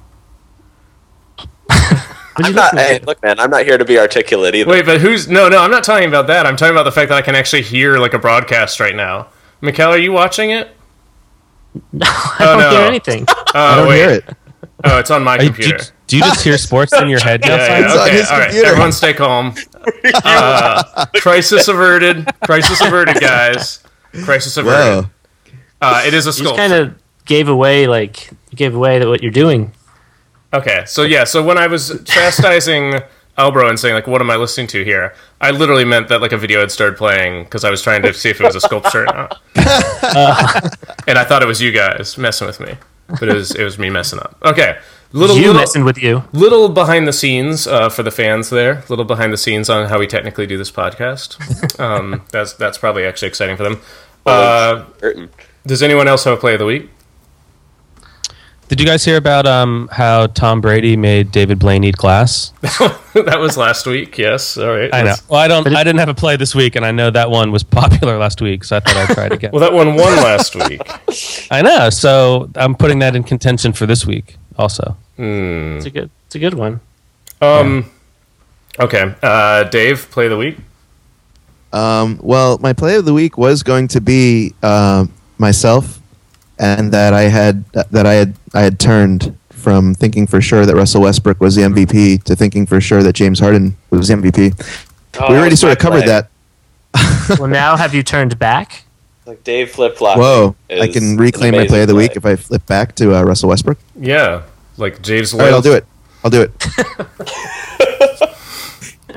S3: What do
S4: I'm
S3: you
S4: not.
S3: listen
S4: Hey,
S3: to?
S4: look, man, I'm not here to be articulate either.
S5: Wait, but who's? No, no, I'm not talking about that. I'm talking about the fact that I can actually hear like a broadcast right now. Mikkel, are you watching it?
S3: [laughs]
S5: Oh,
S3: I don't
S5: no.
S3: hear
S5: [laughs]
S3: anything.
S2: I
S5: Oh
S2: don't
S5: wait,
S2: hear it.
S5: oh, it's on my
S6: Are you- do, you,
S5: computer.
S6: do you just hear
S5: [laughs]
S6: sports in your head?
S5: Yeah, yeah,
S2: It's on
S5: okay,
S2: his
S5: all right.
S2: computer.
S5: Everyone,
S4: [laughs]
S5: stay calm. Uh, crisis averted. Crisis averted, guys. Crisis averted.
S2: Whoa.
S5: Uh, it is a
S3: You just
S5: sculpture.
S3: kind of gave away like you gave away that what you're doing.
S5: Okay, so yeah, so when I was chastising Albro and saying like, "What am I listening to here?" I literally meant that like a video had started playing because I was trying to see if it was a sculpture or not, and I thought it was you guys messing with me, but it was it was me messing up. Okay, little
S3: You
S5: little,
S3: messing with you.
S5: little behind the scenes uh, for the fans there, little behind the scenes on how we technically do this podcast. Um, that's that's probably actually exciting
S4: Oh,
S5: for them. Uh,
S4: Curtain.
S5: does anyone else have a play of the week?
S6: Did you guys hear about um, how Tom Brady made David Blaine eat
S5: [laughs]
S6: glass?
S5: [laughs] that was last week. Yes. All right.
S6: I know.
S5: Let's-
S6: Well, I don't. I didn't have a play this week, and I know that one was popular last week, so I thought I'd try it
S5: [laughs]
S6: again.
S5: Well, that one won last week.
S6: I know. So I'm putting that in contention for this week, also. Hmm.
S3: It's a good, it's a good
S5: [laughs]
S3: one.
S5: Hmm. Um, okay. Uh, Dave, play of the week.
S2: Um, well, my play of the week was going to be um myself, and that I had that I had I had turned from thinking for sure that Russell Westbrook was the MVP to thinking for sure that James Harden was the MVP.
S4: Oh,
S2: we
S4: that
S2: already
S4: was
S2: sort
S4: my
S2: of covered
S4: play.
S2: that.
S3: Well, now have you turned back?
S4: Like Dave flip flop.
S2: Whoa! I can reclaim my play of the week if I flip back to uh, Russell Westbrook.
S5: Yeah. Like James.
S2: All right, I'll do it. I'll do it. [laughs]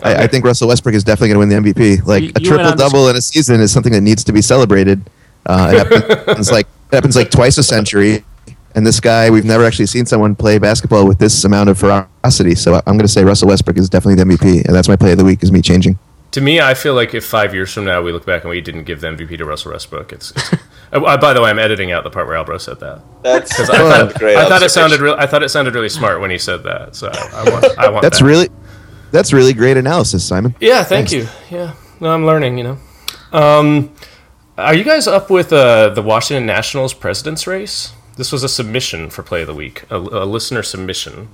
S2: I, I think Russell Westbrook is definitely going to win the MVP. Like
S3: You-
S2: a
S3: you went on
S2: triple double in a season is something that needs to be celebrated. Uh, [laughs] it happens like it happens like twice a century. And this guy, we've never actually seen someone play basketball with this amount of ferocity. So I- I'm going to say Russell Westbrook is definitely the MVP, and that's my play of the week. Is me changing?
S5: To me, I feel like if five years from now we look back and we didn't give the MVP to Russell Westbrook, it's.
S2: [laughs]
S5: it's Oh, uh, by the way, I'm editing out the part where Albro said that.
S2: [laughs]
S4: That's
S5: I
S4: that's
S5: thought,
S4: a great
S5: I thought it sounded
S4: observation.
S5: real. I thought it sounded really smart when he said that. So I, I want. I want
S2: That's
S5: that.
S2: really, that's really great analysis, Simon.
S5: Yeah, thank you. Yeah, no, I'm learning. You know, um, are you guys up with uh, the Washington Nationals president's race? This was a submission for Play of the Week, a, a listener submission.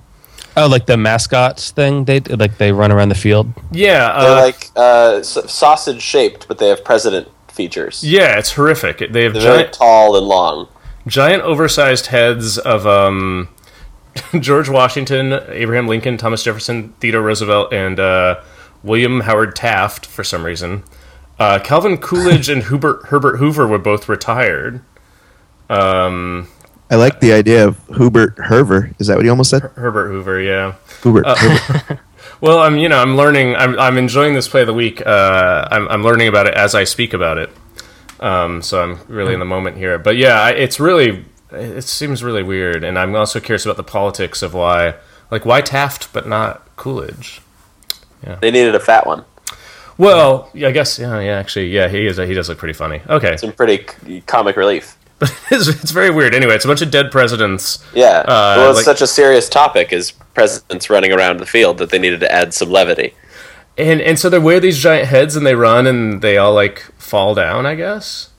S6: Oh, like the mascots thing. They like they run around the field.
S5: Yeah,
S4: [laughs] They're
S5: uh,
S4: like uh, sausage shaped, but they have president features.
S5: yeah, it's horrific. It- They have
S4: They're very
S5: giant,
S4: tall and long.
S5: giant, oversized heads of um, [laughs] George Washington, Abraham Lincoln, Thomas Jefferson, Theodore Roosevelt, and uh, William Howard Taft. For some reason, uh, Calvin Coolidge and Hubert, Herbert Hoover were both retired.
S2: I like the idea of Hubert Herver. Is that what he almost said?
S5: Herbert Hoover, yeah.
S2: Hubert. Herver.
S5: Well, I'm you know I'm learning. I'm, I'm enjoying this play of the week. Uh, I'm, I'm learning about it as I speak about it. Um, so I'm really in the moment here. But yeah, I, it's really it seems really weird, and I'm also curious about the politics of why like why Taft but not Coolidge.
S4: They needed a fat one.
S5: Well, yeah, I guess yeah, yeah. Actually, yeah, he is. He does look pretty funny. Okay,
S4: Some pretty c- comic relief.
S5: [laughs] it's, it's very weird. Anyway, it's a bunch of dead presidents.
S4: Yeah.
S5: Uh,
S4: well, it's
S5: like-
S4: such a serious topic as presidents running around the field that they needed to add some levity.
S5: And and so they wear these giant heads and they run and they all like fall down, I guess.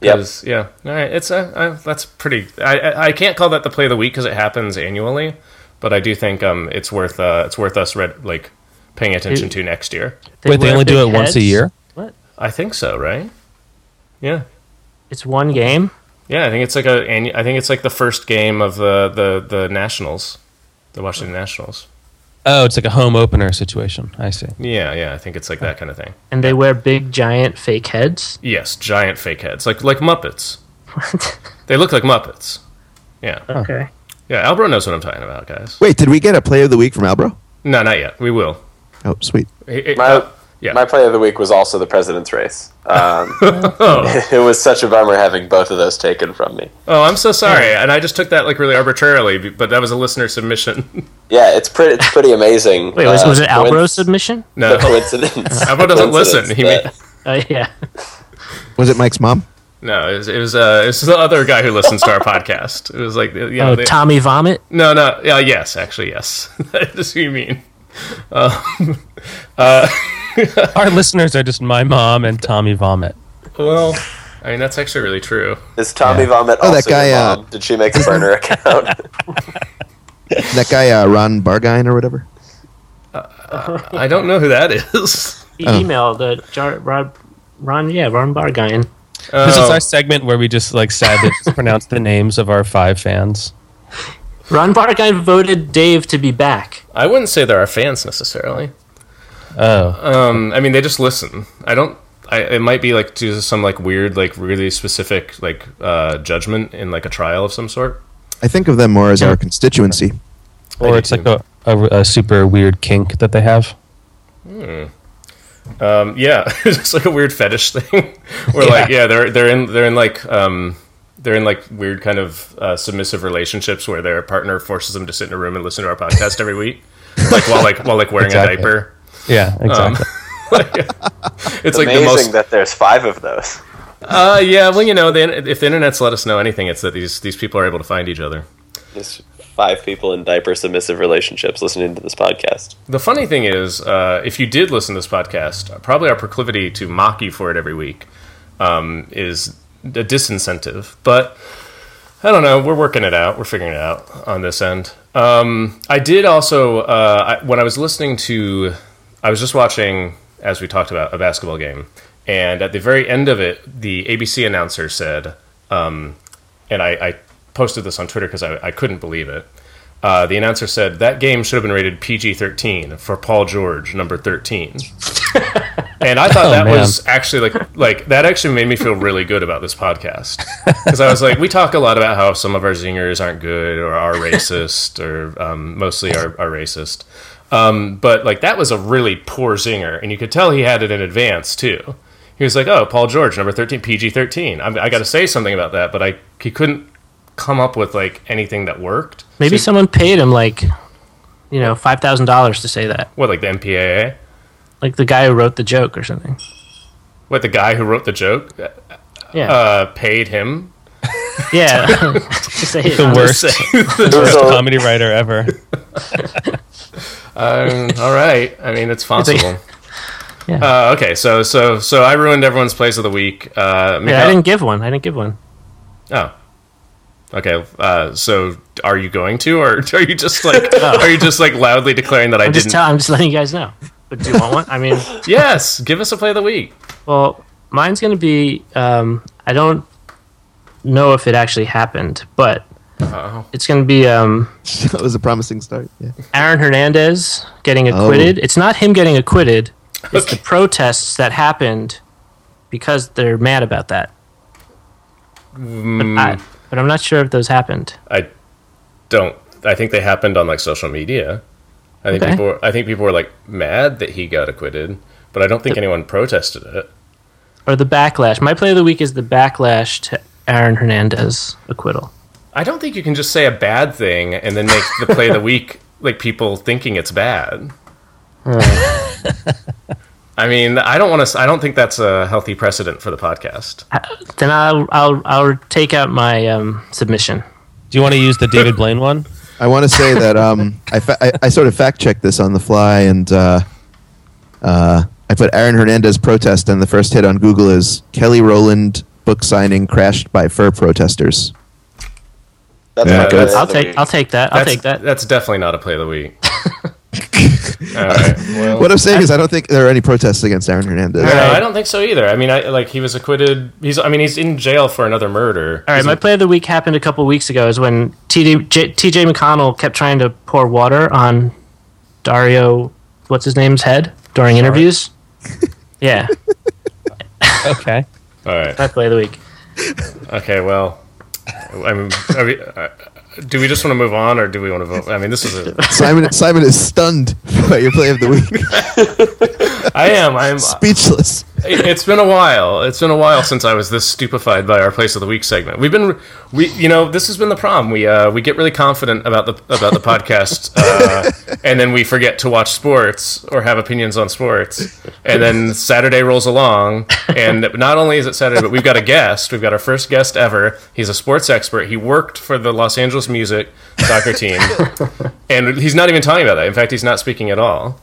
S4: Yep.
S5: 'Cause- Yeah. All right. It's a, uh that's pretty. I, I I can't call that the play of the week because it happens annually, but I do think um it's worth uh it's worth us read like paying attention to next year.
S6: Wait, they
S3: wear
S6: only do
S3: big
S6: it once a
S3: heads?
S6: year?
S3: What?
S5: I think so, right? Yeah.
S3: It's one game.
S5: Yeah. I think it's like a annu- I think it's like the first game of the the the Nationals, the Washington Nationals.
S6: Oh, it's like a home opener situation. I see.
S5: Yeah. Yeah. I think it's like that kind of thing.
S3: And they wear big, giant, fake heads. [laughs]
S5: Yes. Giant fake heads, like like Muppets.
S3: What?
S5: They look like Muppets. Yeah.
S3: okay.
S5: Yeah, Albro knows what I'm talking about, guys.
S2: Wait, did we get a play of the week from Albro?
S5: No, not yet. We will.
S2: Oh, sweet.
S5: It- it-
S4: My,
S5: uh, yeah.
S4: my play of the week was also the president's race. Um,
S5: [laughs] oh,
S4: [laughs] it was such a bummer having both of those taken from me.
S5: oh, I'm so sorry. And I just took that like really arbitrarily, be- but that was a listener submission. [laughs]
S4: Yeah, it's pretty. It's pretty amazing.
S3: Wait, was,
S4: uh,
S3: was it
S4: coinc-
S3: Albro's submission?
S4: [laughs]
S5: no.
S4: The
S5: [laughs]
S4: coincidence.
S5: Albro doesn't listen. He
S4: Coincidence
S5: ma-
S3: Uh, [laughs] yeah.
S2: Was it Mike's mom?
S5: no, it was it was, uh, it was the other guy who listens [laughs] to our podcast. It was like you know,
S3: Oh,
S5: they-
S3: Tommy Vomit.
S5: no, no, yeah, yes, actually, yes. [laughs] That's who you mean.
S6: Our listeners are just my mom and Tommy Vomit.
S5: Well, I mean that's actually really true.
S4: that- Is Tommy Vomit
S2: Oh,
S4: also
S2: that guy,
S4: your
S2: uh,
S4: mom? Did she make a
S5: [laughs]
S4: burner account?
S2: That guy uh, Ron Bargine or whatever.
S5: I don't know who that [laughs] is.
S3: He emailed uh, Jar- Rob, Ron. Yeah, Ron Bargain.
S6: This is
S5: Oh.
S6: our segment where we just like sadly just pronounce the names of our five fans.
S3: Ron Bargain voted Dave to be back.
S5: I wouldn't say they're our fans necessarily.
S6: Oh,
S5: Um, I mean, they just listen. I don't. I, it might be like to some like weird, like really specific, like uh, judgment in like a trial of some sort.
S2: I think of them more as our constituency. [laughs]
S6: or
S5: do
S6: it's like
S5: too.
S6: a, a, a super weird kink that they have.
S5: Um, yeah, [laughs] it's just like a weird fetish thing. [laughs] Where like, yeah, they're they're in they're in like um, they're in like weird kind of uh, submissive relationships where their partner forces them to sit in a room and listen to our podcast every week, like while like while like wearing
S6: Exactly.
S5: a diaper.
S6: Yeah,
S5: Oh. [laughs]
S6: exactly.
S5: It's like the
S4: amazing
S5: most.
S4: that there's five of those.
S5: uh, yeah, well, you know, the, if the internet's let us know anything, it's that these these people are able to find each other.
S4: There's five people in diaper submissive relationships listening to this podcast.
S5: The funny thing is, uh, if you did listen to this podcast, probably our proclivity to mock you for it every week um, is a disincentive. But I don't know. We're working it out. We're figuring it out on this end. Um, I did also uh, I, when I was listening to, I was just watching as we talked about a basketball game, and at the very end of it, the ABC announcer said, um, and I, I posted this on Twitter because I, I couldn't believe it. Uh, the announcer said that game should have been rated PG 13 for Paul George, number 13. and I thought that
S6: man.
S5: was actually like, like that actually made me feel really good about this podcast. Because I was like, we talk a lot about how some of our zingers aren't good or are racist or um, mostly are, are racist. Um, but like that was a really poor zinger. And you could tell he had it in advance too. He was like, oh, Paul George, number 13, PG 13. I, I got to say something about that, but I he couldn't come up with like anything that worked.
S3: Maybe
S5: So-
S3: someone paid him like, you know, five thousand dollars to say that.
S5: What, like the MPAA?
S3: Like the guy who wrote the joke or something.
S5: What, the guy who wrote the joke
S3: Yeah,
S5: uh, paid him?
S3: [laughs]
S5: [laughs]
S3: yeah. To say it.
S6: The worst, worst
S4: So-
S6: comedy writer ever.
S5: Um, all right. I mean, it's possible.
S3: [laughs] Yeah.
S5: Uh, okay, so so so I ruined everyone's place of the week. Uh,
S3: Yeah, I
S5: Mikhail-
S3: didn't give one. I didn't give one.
S5: Oh. Okay. Uh, so are you going to, or [laughs] are you
S3: [laughs]
S5: just like are you just like loudly declaring that I
S3: I'm just
S5: didn't?
S3: tell, I'm just letting you guys know. But do you want one? I mean,
S5: yes. Give us a play of the week.
S3: well, mine's gonna be. Um, I don't know if it actually happened, but
S5: Oh.
S3: it's gonna be um,
S2: that was a promising start. Yeah.
S3: Aaron Hernandez getting acquitted. It's not him getting acquitted. It's the protests that happened because they're mad about that. But, I, but I'm not sure if those happened.
S5: I don't. I think they happened on like social media. I think
S3: Okay.
S5: people. Were, I think people were like mad that he got acquitted, but I don't think anyone protested it.
S3: Or the backlash. My play of the week is the backlash to Aaron Hernandez acquittal.
S5: I don't think you can just say a bad thing and then make the
S3: [laughs]
S5: play of the week like people thinking it's bad.
S3: Hmm.
S5: I mean, I don't want to. I don't think that's a healthy precedent for the podcast.
S3: Uh, Then I'll I'll I'll take out my um, submission.
S6: Do you want to use the David Blaine one?
S2: I want to say that um, I, fa- I I sort of fact checked this on the fly, and uh, uh, I put Aaron Hernandez protest, and the first hit on Google is Kelly Rowland book signing crashed by fur protesters.
S4: That's
S2: Yeah,
S4: my play
S2: that's-
S4: of
S3: I'll
S4: the
S3: take
S4: week.
S3: I'll take that. I'll
S5: That's-
S3: take that.
S5: That's definitely not a play of the
S3: [laughs]
S5: week. All right. Well,
S2: What I'm saying is, I don't think there are any protests against Aaron Hernandez.
S5: no,
S3: right.
S5: I don't think so either. I mean, I like he was acquitted. He's. I mean, he's in jail for another murder.
S3: All right,
S5: He's
S3: my play of the week happened a couple weeks ago. Is when TD, J, TJ McConnell kept trying to pour water on Dario, what's his name's head during [laughs] interviews. yeah,
S6: Okay.
S5: All right.
S3: my play of the week.
S5: Okay. Well, I mean, are we, uh, do we just want to move on, or do we want to vote? I mean, this is. A,
S2: Simon Simon is stunned [laughs] by your play of the week,
S5: I am. I'm.
S2: speechless.
S5: It's been a while. It's been a while since I was this stupefied by our place of the week segment. We've been, we, you know, this has been the problem. We uh, we get really confident about the about the podcast, uh, and then we forget to watch sports or have opinions on sports. And then Saturday rolls along, and not only is it Saturday, but we've got a guest. We've got our first guest ever. He's a sports expert. He worked for the Los Angeles Music soccer team, and he's not even talking about that. In fact, he's not speaking at all.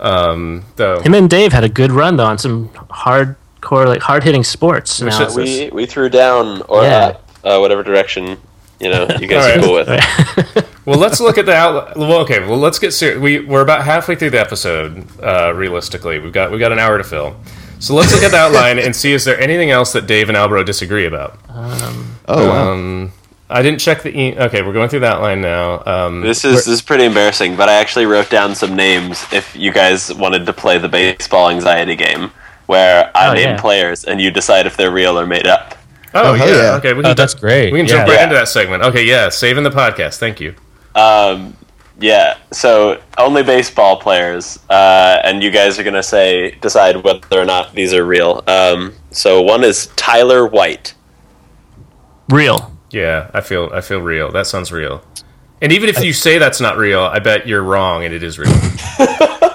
S5: Um, though.
S3: Him and Dave had a good run though on some hardcore, like hard hitting sports. Now,
S5: should-
S4: We we threw down or
S3: Yeah.
S4: up, uh, whatever direction you know you guys
S5: [laughs] All
S4: are
S5: right.
S4: cool with.
S5: Well, let's look at the outlet. Well, okay. Well, let's get serious. We we're about halfway through the episode. Uh, realistically, we've got we've got an hour to fill. So let's look at the outline and see is there anything else that Dave and Albro disagree about.
S2: Oh wow.
S5: I didn't check the. E- okay, we're going through that line now. Um,
S4: This is this is pretty embarrassing, but I actually wrote down some names if you guys wanted to play the baseball anxiety game, where I
S3: Oh,
S4: name
S3: yeah.
S4: players and you decide if they're real or made up.
S5: oh
S2: hell
S5: yeah.
S2: yeah.
S5: Okay, we can
S6: Oh, that's great.
S5: we can
S6: yeah.
S5: jump right
S4: Yeah.
S5: into that segment. Okay, yeah, saving the podcast. Thank you.
S4: Um, yeah, so only baseball players, uh, and you guys are gonna say decide whether or not these are real. Um, so one is Tyler White.
S3: real.
S5: Yeah, I feel I feel real. That sounds real. And even if you say that's not real, I bet you're wrong, and
S2: [laughs]
S5: it is real.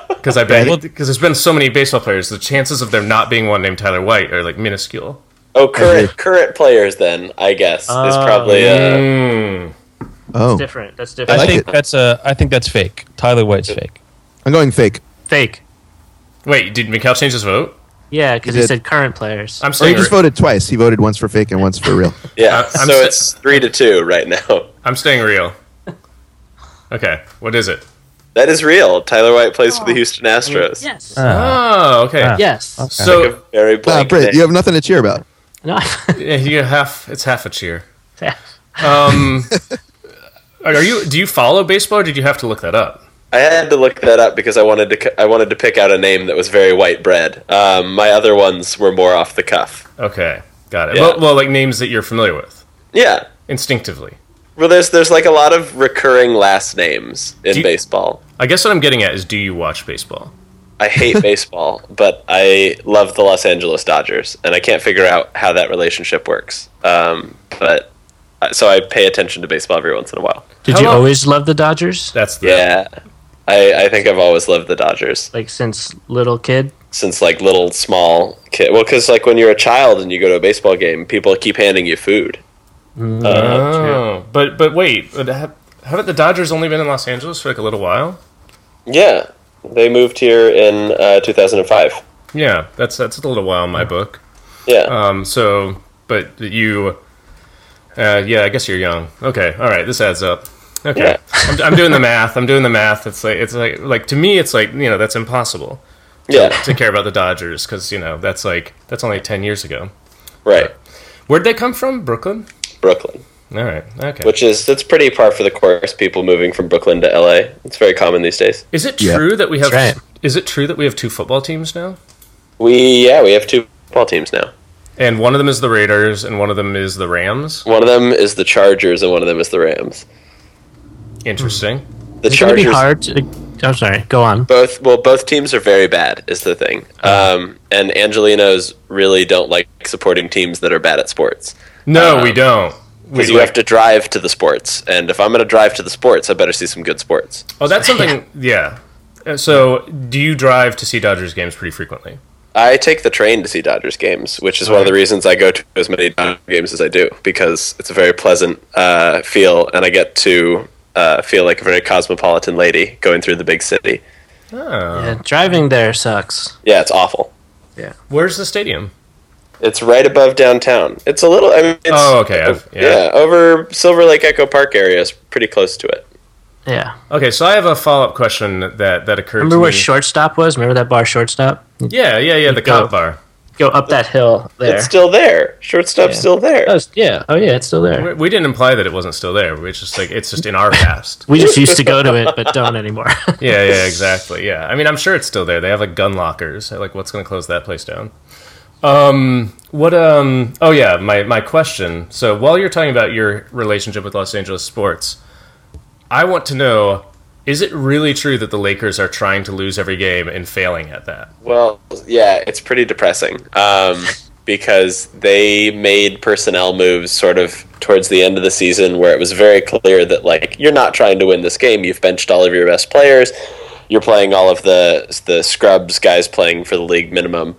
S5: Because I bet because there's been so many baseball players, the chances of there not being one named Tyler White are like minuscule.
S3: Oh,
S4: Oh, current current players then I guess is probably uh,
S5: Mm.
S2: Oh,
S3: Different. That's
S6: I,
S3: different.
S2: like
S6: think
S2: it.
S6: that's a. I think that's fake. Tyler White's fake.
S2: I'm going fake.
S3: Fake.
S5: Wait, did Mikhail change his vote?
S3: Yeah, because
S2: He
S3: he
S2: did.
S3: said current players.
S5: I'm
S2: Or he
S5: staying.
S2: just voted twice. He voted once for fake and once for real.
S4: Yeah,
S5: I- Uh, I'm
S4: so
S5: s-
S4: it's three to two right now. [laughs]
S5: I'm
S2: [laughs]
S5: staying real. Okay, what is it?
S4: That is real. Tyler White plays for the Houston Astros.
S3: Yes.
S2: Uh,
S5: Oh, okay.
S6: Ah.
S3: Uh, yes.
S4: Like
S5: So
S4: a very
S2: Ah,
S4: blank
S2: Britt,
S4: thing.
S2: you have nothing to cheer about.
S3: No, [laughs] I-
S5: yeah, you half. It's half a cheer.
S2: [laughs]
S5: Um, are you? Do you follow baseball? or Did you have to look that up?
S4: I had to look that up because I wanted to. c- I wanted to pick out a name that was very white bread. Um, my other ones were more off the cuff.
S5: Okay, got it.
S4: Yeah.
S5: Well, well, like names that you're familiar with
S4: Yeah.
S5: instinctively.
S4: Well, there's there's like a lot of recurring last names in
S5: Do you-
S4: baseball.
S5: I guess what I'm getting at is, do you watch baseball?
S4: I
S5: [laughs]
S4: hate baseball, but I love the Los Angeles Dodgers, and I can't figure out how that relationship works. Um, but uh, so I pay attention to baseball every once in a while.
S3: Did
S5: How
S3: you
S5: about-
S3: always love the Dodgers?
S5: That's the
S4: Yeah, I, I think I've always loved the Dodgers
S3: Like since little kid?
S4: since like little small kid. Well, because like when you're a child and you go to a baseball game, people keep handing you food. Uh,
S5: Oh, but but wait, but ha- haven't the Dodgers only been in Los Angeles for like a little while?
S4: yeah, they moved here in uh, 2005.
S5: Yeah, that's that's a little while in my book.
S4: Yeah,
S5: Um, so but you, uh, yeah, I guess you're young. Okay, all right, this adds up. Okay,
S4: Yeah.
S5: [laughs] I'm, I'm doing the math. I'm doing the math. It's like it's like like to me, it's like you know that's impossible
S4: yeah,
S5: to care about the Dodgers because you know that's like that's only ten years ago.
S4: right.
S5: Where'd they come from? Brooklyn.
S4: Brooklyn,
S5: All right. Okay.
S4: which is that's pretty par for the course. People moving from Brooklyn to LA. It's very common these days.
S5: is it
S2: Yeah.
S5: true that we have?
S3: That's right.
S5: Is it true that we have two football teams now?
S4: We yeah, we have two football teams now.
S5: And one of them is the Raiders, and one of them is the Rams.
S4: One of them is the Chargers, and one of them is the Rams.
S5: Interesting.
S4: The
S3: It's going to
S4: Chargers
S3: be hard to. I'm sorry. Go on.
S4: both well both teams are very bad is the thing um, and angelinos really don't like supporting teams that are bad at sports
S5: No,
S3: Uh,
S5: we don't. We
S4: because you
S5: like-
S4: have to drive to the sports and if i'm going to drive to the sports i better see some good sports
S5: oh, that's something.
S3: [laughs]
S5: yeah. Uh, So, do you drive to see Dodgers games pretty frequently?
S4: i take the train to see dodgers games which is one of the reasons i go to as many Dodger games as i do because it's a very pleasant uh, feel and i get to uh, feel like a very cosmopolitan lady going through the big city
S5: Ah,
S3: Yeah, driving there sucks.
S4: yeah it's awful
S5: Where's the stadium?
S4: It's right above downtown. It's a little. I mean, it's,
S5: Oh, okay, I've- yeah.
S4: yeah. over Silver Lake Echo Park area is pretty close to it.
S3: Yeah.
S5: Okay, so I have a follow up question that that occurred.
S3: Remember
S5: to
S3: where
S5: me.
S3: shortstop was? Remember that bar shortstop?
S5: Yeah, yeah, yeah. The
S3: go.
S5: cop bar.
S3: Go up that hill there.
S4: It's still there. Shortstop's
S3: Yeah.
S4: still
S3: Oh,
S4: there.
S3: it's- yeah. Oh, yeah. It's still there.
S5: We- We didn't imply that it wasn't still there. We just like it's just in
S3: [laughs]
S5: our past.
S3: We just used to go to it, but don't anymore. [laughs]
S5: Yeah,
S4: [laughs]
S5: yeah, exactly. Yeah, I mean, I'm sure it's still there. They have like gun lockers. Like, what's going to close that place down? Um, what? Um, oh yeah, my my question. So while you're talking about your relationship with Los Angeles sports, I want to know: Is it really true that the Lakers are trying to lose every game and failing at that?
S4: Well, yeah, it's pretty depressing um, [laughs] because they made personnel moves sort of towards the end of the season where it was very clear that like you're not trying to win this game. You've benched all of your best players. You're playing all of the the scrubs guys playing for the league minimum.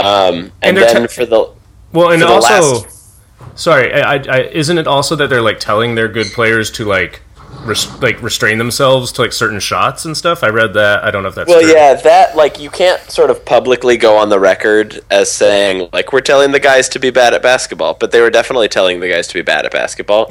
S4: Um, and,
S5: And they're
S4: then
S5: te-
S4: for the
S5: Well, and
S4: For the
S5: also, sorry, I, I, I, isn't it also that they're like telling their good players to like. Res- like restrain themselves to like certain shots and stuff. I read that. I don't know if that's
S4: Well,
S5: true.
S4: yeah, that like you can't sort of publicly go on the record as saying like we're telling the guys to be bad at basketball, but they were definitely telling the guys to be bad at
S5: [laughs]
S4: basketball,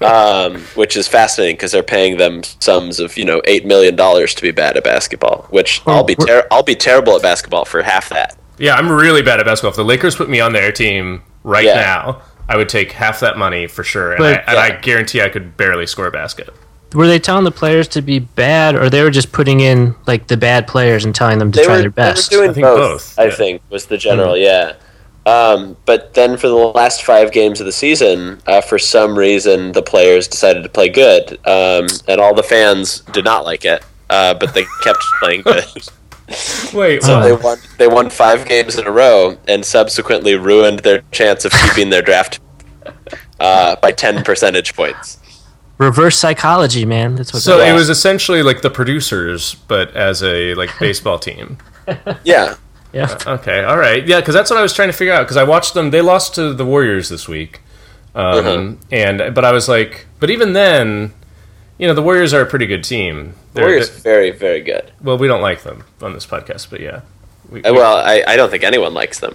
S4: um, which is fascinating because they're paying them sums of you know eight million dollars to be bad at basketball, which I'll be ter- I'll be terrible at basketball for half that.
S5: Yeah, I'm really bad at basketball. If the Lakers put me on their team right
S4: Yeah.
S5: now, I would take half that money for sure, and, I,
S3: But-
S5: and I
S4: Yeah.
S5: guarantee I could barely score a basket.
S3: were they telling the players to be bad, or they were just putting in like the bad players and telling them to
S4: They
S3: try
S4: were,
S3: their best?
S4: they were doing
S5: I think
S4: both,
S5: both,
S4: I
S5: yeah.
S4: think was the general, yeah. Um, but then for the last five games of the season, uh, for some reason, the players decided to play good, um, and all the fans did not like it. Uh, but they [laughs] kept
S3: [laughs]
S4: playing good.
S5: Wait,
S4: So
S3: Oh.
S4: they won. They won five games in a row, and subsequently ruined their chance of keeping their draft [laughs] uh, by ten percentage points.
S3: Reverse psychology, man. That's what.
S5: so
S3: that
S5: it
S4: Yeah.
S5: was essentially like the producers, but as a like baseball team.
S4: Yeah,
S3: yeah.
S5: Okay, all right, yeah, because that's what I was trying to figure out. Because I watched them; they lost to the Warriors this week, Um,
S4: Uh-huh.
S5: And but I was like, but even then, you know, the Warriors are a pretty good team.
S4: The
S5: They're a
S4: Warriors
S5: bit-
S4: very very good.
S5: well, we don't like them on this podcast, but yeah, we,
S4: Uh, Well, I, I don't think anyone likes them.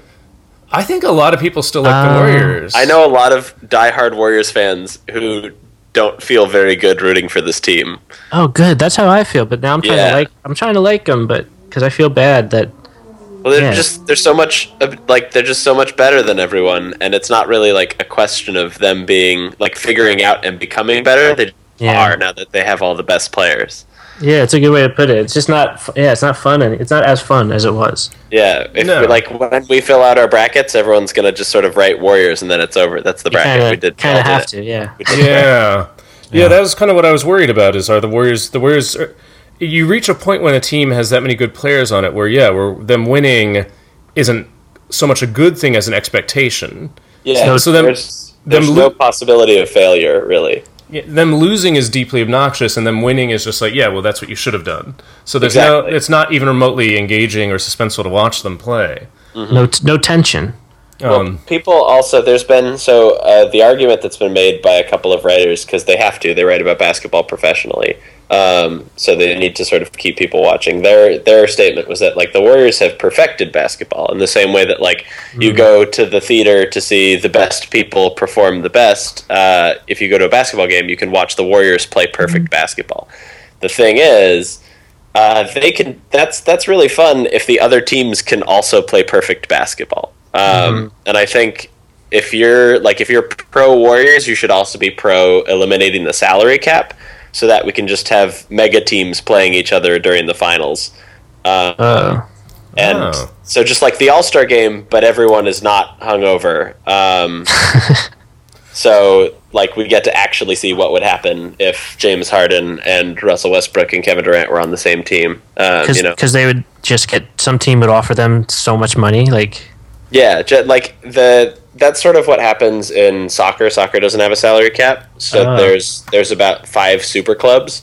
S5: I think a lot of people still like the
S3: Oh.
S5: Warriors.
S4: I know a lot of diehard Warriors fans who don't feel very good rooting for this team.
S3: Oh, good. That's how I feel. But now I'm trying
S4: Yeah.
S3: to like. I'm trying to like them, but because I feel bad that
S4: Well, they're
S3: Yeah.
S4: just they're so much uh, like they're just so much better than everyone, and it's not really like a question of them being like figuring out and becoming better. They
S3: Yeah.
S4: are now that they have all the best players.
S3: yeah, it's a good way to put it. It's just not. f- Yeah, it's not fun. And it's not as fun as it was.
S4: Yeah, if
S5: No.
S4: we- like when we fill out our brackets, everyone's gonna just sort of write Warriors, and then it's over. That's the
S3: You
S4: bracket we
S3: kind
S4: did.
S3: of kind
S4: all
S3: of
S4: did
S3: have
S4: it.
S3: to. Yeah.
S4: We did the bracket.
S5: Yeah. Yeah, that was kind of what I was worried about. Is are the Warriors the Warriors? Are, you reach a point when a team has that many good players on it, where yeah, where them winning isn't so much a good thing as an expectation.
S4: Yeah,
S5: So- so them-
S4: there's,
S5: them
S4: there's
S5: lo-
S4: no possibility of failure, really.
S5: Yeah, them losing is deeply obnoxious, and them winning is just like yeah, well, that's what you should have done. So there's no,
S4: Exactly.
S5: it's not even remotely engaging or suspenseful to watch them play.
S4: Mm-hmm.
S3: No. T- no tension.
S5: Um,
S4: People also, there's been so uh, the argument that's been made by a couple of writers because they have to. They write about basketball professionally, um, so they need to sort of keep people watching. Their their statement was that like the Warriors have perfected basketball in the same way that like you go to the theater to see the best people perform the best. Uh, if you go to a basketball game, you can watch the Warriors play perfect basketball. The thing is. Uh, they can. That's that's really fun if the other teams can also play perfect basketball. Um, And I think if you're like if you're pro Warriors, you should also be pro eliminating the salary cap, so that we can just have mega teams playing each other during the finals. Um,
S3: Uh,
S4: And
S5: Oh.
S4: so just like the All Star game, but everyone is not hungover. Um, so like we get to actually see what would happen if James Harden and Russell Westbrook and Kevin Durant were on the same team. Um,
S3: because
S4: you know,
S3: they would just get some team would offer them so much money. Like
S4: Yeah, ju- like the that's sort of what happens in soccer. Soccer doesn't have a salary cap, so
S3: Ah.
S4: there's there's about five super clubs,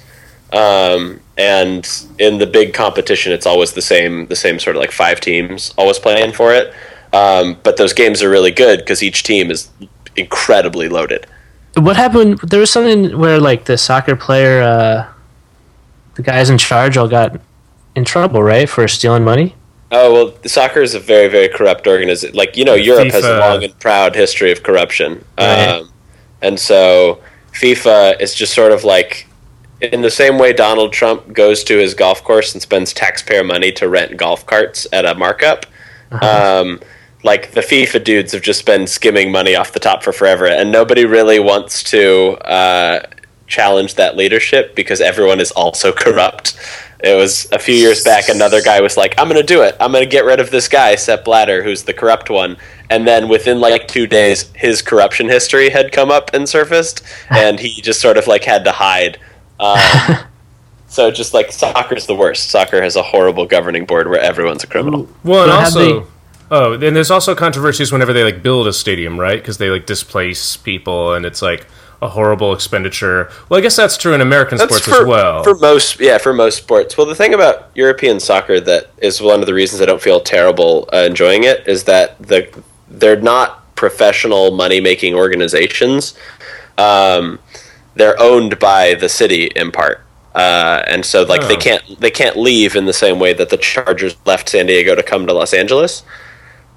S4: um, and in the big competition, it's always the same the same sort of like five teams always playing for it. Um, but those games are really good because each team is incredibly loaded.
S3: what happened? There was something where like the soccer player, uh, the guys in charge, all got in trouble, right, for stealing money.
S4: Oh well, soccer is a very very corrupt organization. Like you know, Europe has a
S5: FIFA.
S4: long and proud history of corruption,
S3: Right.
S4: um, and so FIFA is just sort of like in the same way Donald Trump goes to his golf course and spends taxpayer money to rent golf carts at a markup. Um, like the FIFA dudes have just been skimming money off the top for forever, and nobody really wants to uh, challenge that leadership because everyone is also corrupt. It was a few years back. Another guy was like, "I'm going to do it. I'm going to get rid of this guy, Sepp Blatter, who's the corrupt one." And then within like two days, his corruption history had come up and surfaced, and he just sort of like had to hide. Um, so just like soccer's the worst. Soccer has a horrible governing board where everyone's a criminal.
S5: Well, and
S3: But have
S5: also,
S3: they-
S5: oh, and there's also controversies whenever they like build a stadium, right? Because they like displace people, and it's like a horrible expenditure. Well, I guess that's true in American sports
S4: for,
S5: as well.
S4: For most, yeah, for most sports. Well, the thing about European soccer that is one of the reasons I don't feel terrible uh, enjoying it is that the they're not professional money making organizations. Um, they're owned by the city in part. Uh, and so, like they
S5: Oh.
S4: can't they can't leave in the same way that the Chargers left San Diego to come to Los Angeles.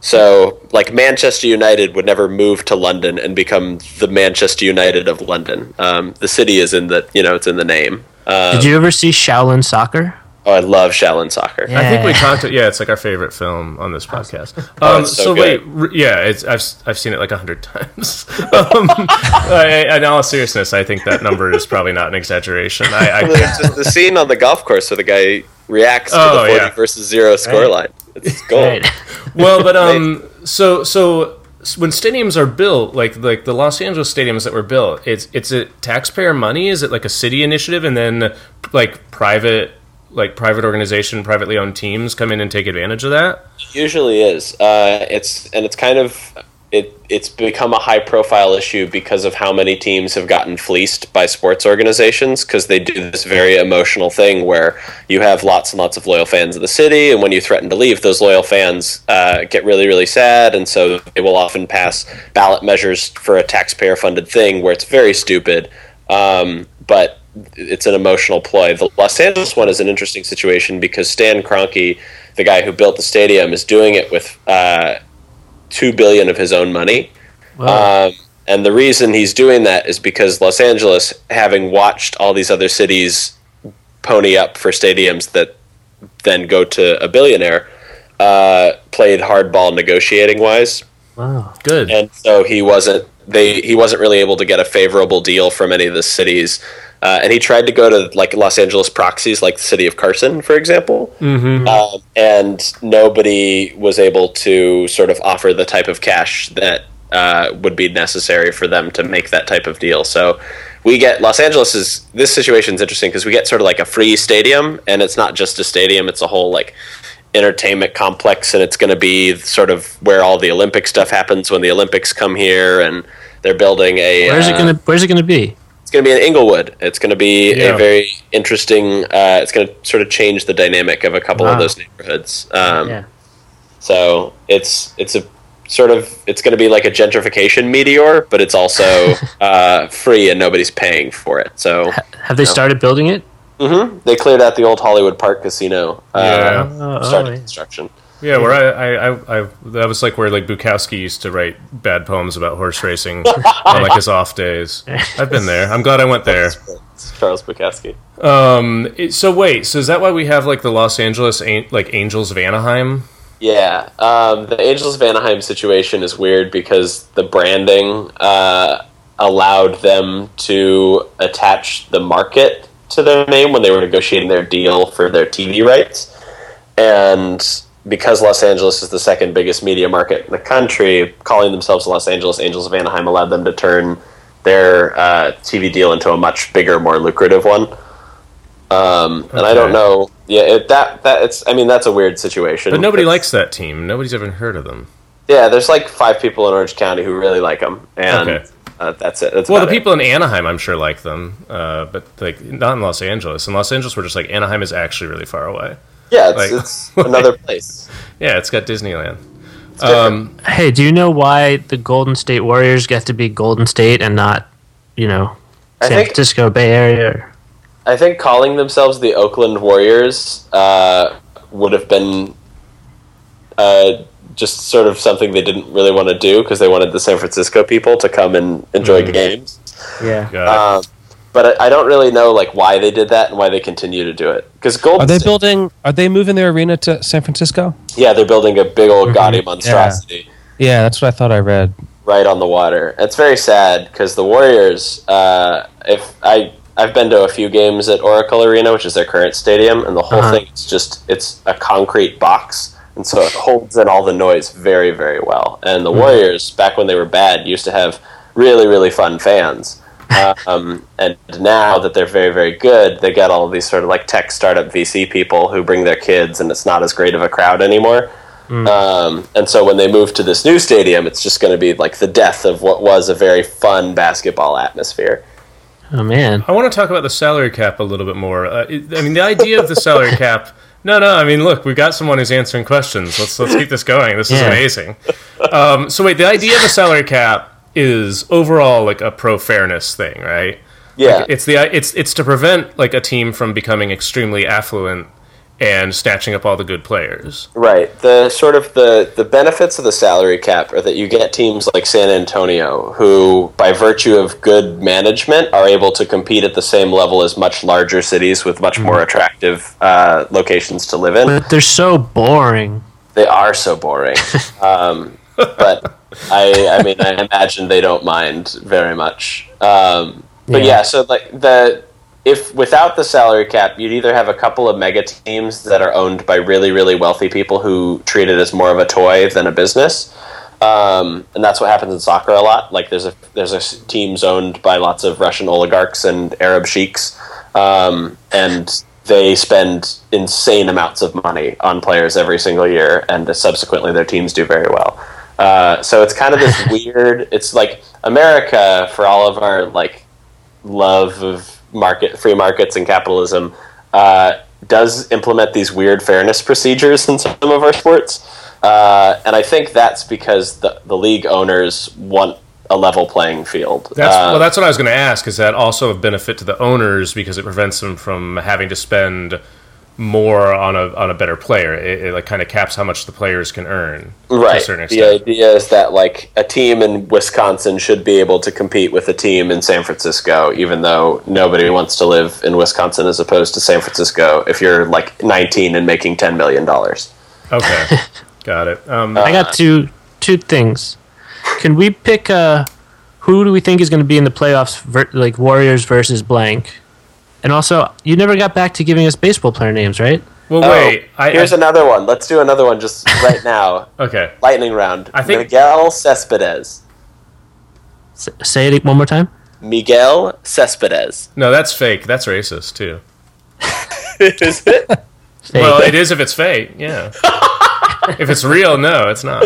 S4: So, like Manchester United would never move to London and become the Manchester United of London. Um, the city is in the you know it's in the name. Uh,
S3: Did you ever see Shaolin Soccer?
S4: oh, I love Shaolin soccer.
S5: I think we
S3: Yeah. Oh,
S5: talked. Yeah, it's like our favorite film on this podcast. Um,
S4: it's
S5: so
S4: so good.
S5: wait, re- yeah, it's, I've s- I've seen it like a hundred times. [laughs] um, I, I- in all seriousness, I think that number is probably not an exaggeration. I, I
S4: There's just the scene on the golf course where the guy reacts to
S5: Oh,
S4: the forty
S5: yeah.
S4: versus zero scoreline. It's gold.
S3: Right.
S5: well, but um, so so s- when stadiums are built, like like the Los Angeles stadiums that were built, it's it's a taxpayer money. Is it like a city initiative, and then like private like private organization, privately owned teams come in and take advantage of that?
S4: Usually is. Uh, it's and it's kind of it it's become a high profile issue because of how many teams have gotten fleeced by sports organizations because they do this very emotional thing where you have lots and lots of loyal fans of the city, and when you threaten to leave, those loyal fans uh, get really really sad, and so they will often pass ballot measures for a taxpayer funded thing where it's very stupid, um, but it's an emotional ploy. The Los Angeles one is an interesting situation because Stan Kroenke, the guy who built the stadium, is doing it with. Uh, two billion of his own money. Um, and the reason he's doing that is because Los Angeles, having watched all these other cities pony up for stadiums that then go to a billionaire, uh, played hardball negotiating wise,
S3: Wow.
S5: Good.
S4: and so he wasn't they he wasn't really able to get a favorable deal from any of the cities. Uh, and he tried to go to like Los Angeles proxies, like the city of Carson, for example,
S3: Mm-hmm.
S4: um, and nobody was able to sort of offer the type of cash that uh, would be necessary for them to make that type of deal. So we get Los Angeles is this situation is interesting because we get sort of like a free stadium, and it's not just a stadium; it's a whole like entertainment complex, and it's going to be sort of where all the Olympic stuff happens when the Olympics come here, and they're building a.
S3: Where's
S4: uh,
S3: it gonna Where's it gonna be?
S4: it's going to be in Inglewood. It's going to be
S5: Yeah.
S4: a very interesting. Uh, it's going to sort of change the dynamic of a couple
S3: Wow.
S4: of those neighborhoods. Um,
S3: yeah.
S4: So it's it's a sort of it's going to be like a gentrification meteor, but it's also uh, free and nobody's paying for it. So
S3: Have they started building it?
S4: mhm. they cleared out the old Hollywood Park Casino.
S5: Yeah.
S4: Uh,
S3: Oh, oh,
S4: Started
S3: yeah.
S4: construction.
S5: Yeah, where I, I, I, I that was like where like Bukowski used to write bad poems about horse racing on like his off days. I've been there. I'm glad I went
S4: [laughs]
S5: there.
S4: It's Charles Bukowski.
S5: Um, it- so wait, so is that why we have like the Los Angeles an- like Angels of Anaheim?
S4: Yeah, um, the Angels of Anaheim situation is weird because the branding uh, allowed them to attach the market to their name when they were negotiating their deal for their TV rights. And because Los Angeles is the second biggest media market in the country, calling themselves the Los Angeles Angels of Anaheim allowed them to turn their uh, TV deal into a much bigger, more lucrative one. Um, And I
S5: Okay.
S4: don't know. Yeah, it, that that it's. I mean, that's a weird situation.
S5: But nobody
S4: It's-
S5: likes that team. Nobody's ever heard of them.
S4: yeah, there's like five people in Orange County who really like them, and
S5: Okay.
S4: uh, that's it. That's
S5: Well, the
S4: about it.
S5: people in Anaheim, I'm sure, like them, uh, but like not in Los Angeles. In Los Angeles, we're just like Anaheim is actually really far away.
S4: Yeah, it's,
S5: [laughs] like- um,
S4: it's another place.
S5: Yeah, it's got Disneyland.
S4: It's different.
S3: Hey, do you know why the Golden State Warriors get to be Golden State and not, you know,
S4: I
S3: San
S4: think-
S3: Francisco Bay Area?
S4: I think calling themselves the Oakland Warriors uh, would have been uh, just sort of something they didn't really want to do because they wanted the San Francisco people to come and enjoy
S5: Mm-hmm.
S4: games.
S3: Yeah.
S5: God.
S4: Um, but I I don't really know like why they did that and why they continue to do it. Because Golden
S6: Are they
S4: State-
S6: building? Are they moving their arena to San Francisco?
S4: yeah, they're building a big
S5: Mm-hmm.
S4: old gaudy monstrosity.
S6: Yeah, that's what I thought I read.
S4: right on the water. It's very sad because the Warriors. Uh, if I I've been to a few games at Oracle Arena, which is their current stadium, and the whole
S3: Uh-huh.
S4: thing is just it's a concrete box, and so it holds in all the noise very very well. And the Warriors, back when they were bad, used to have really really fun fans. um, and now that they're very, very good, they got all these sort of like tech startup VC people who bring their kids, and it's not as great of a crowd anymore. Um, and so when they move to this new stadium, it's just going to be like the death of what was a very fun basketball atmosphere.
S3: Oh man.
S5: I want to talk about the salary cap a little bit more. Uh, it, I mean, the idea of the [laughs] salary cap. No, no. I mean, look, we've got someone who's answering questions. Let's let's keep this going. This is
S3: Yeah.
S5: amazing. Um, so wait, the idea of a salary cap is overall like a pro fairness thing, right?
S4: Yeah,
S5: It's the uh, it's it's to prevent like a team from becoming extremely affluent and snatching up all the good players.
S4: right. The sort of the the benefits of the salary cap are that you get teams like San Antonio, who by virtue of good management are able to compete at the same level as much larger cities with much more attractive uh, locations to live in.
S3: But they're so boring.
S4: they are so boring. um, but I, I mean, I imagine they don't mind very much. Um, but
S3: Yeah.
S4: yeah. so like the if without the salary cap, you'd either have a couple of mega teams that are owned by really, really wealthy people who treat it as more of a toy than a business. Um, and that's what happens in soccer a lot. Like there's a there's a s- teams owned by lots of Russian oligarchs and Arab sheiks, um, and they spend insane amounts of money on players every single year, and subsequently their teams do very well. Uh, so it's kind of
S5: [laughs]
S4: this weird. It's like America for all of our like love of market, free markets, and capitalism uh, does implement these weird fairness procedures in some of our sports. Uh, and I think that's because the, the league owners want a level playing field.
S5: That's,
S4: Uh,
S5: well, that's what I was going to ask. Is that also a benefit to the owners because it prevents them from having to spend more on a on a better player? It, it like kind of caps how much the players can earn to a
S4: right.
S5: certain
S4: The
S5: extent.
S4: idea is that like a team in Wisconsin should be able to compete with a team in San Francisco, even though nobody wants to live in Wisconsin as opposed to San Francisco. If you're like 19 and making 10 million dollars, [laughs]
S5: Okay, got it. Um,
S4: Uh,
S3: I got two two things. Can we pick uh, who do we think is going to be in the playoffs, ver- like Warriors versus blank? And also, you never got back to giving us baseball player names, right?
S5: well, wait. I, I-
S4: oh, here's another one. Let's do another one
S5: [laughs]
S4: just right now.
S5: okay.
S4: Lightning round.
S5: I think-
S4: Miguel Cespedes.
S3: S- say it one more time.
S4: Miguel Cespedes.
S5: No, that's fake. That's racist too.
S4: [laughs] Is it?
S3: Fake.
S5: Well, it is if it's fake. Yeah. if it's real, no, it's not.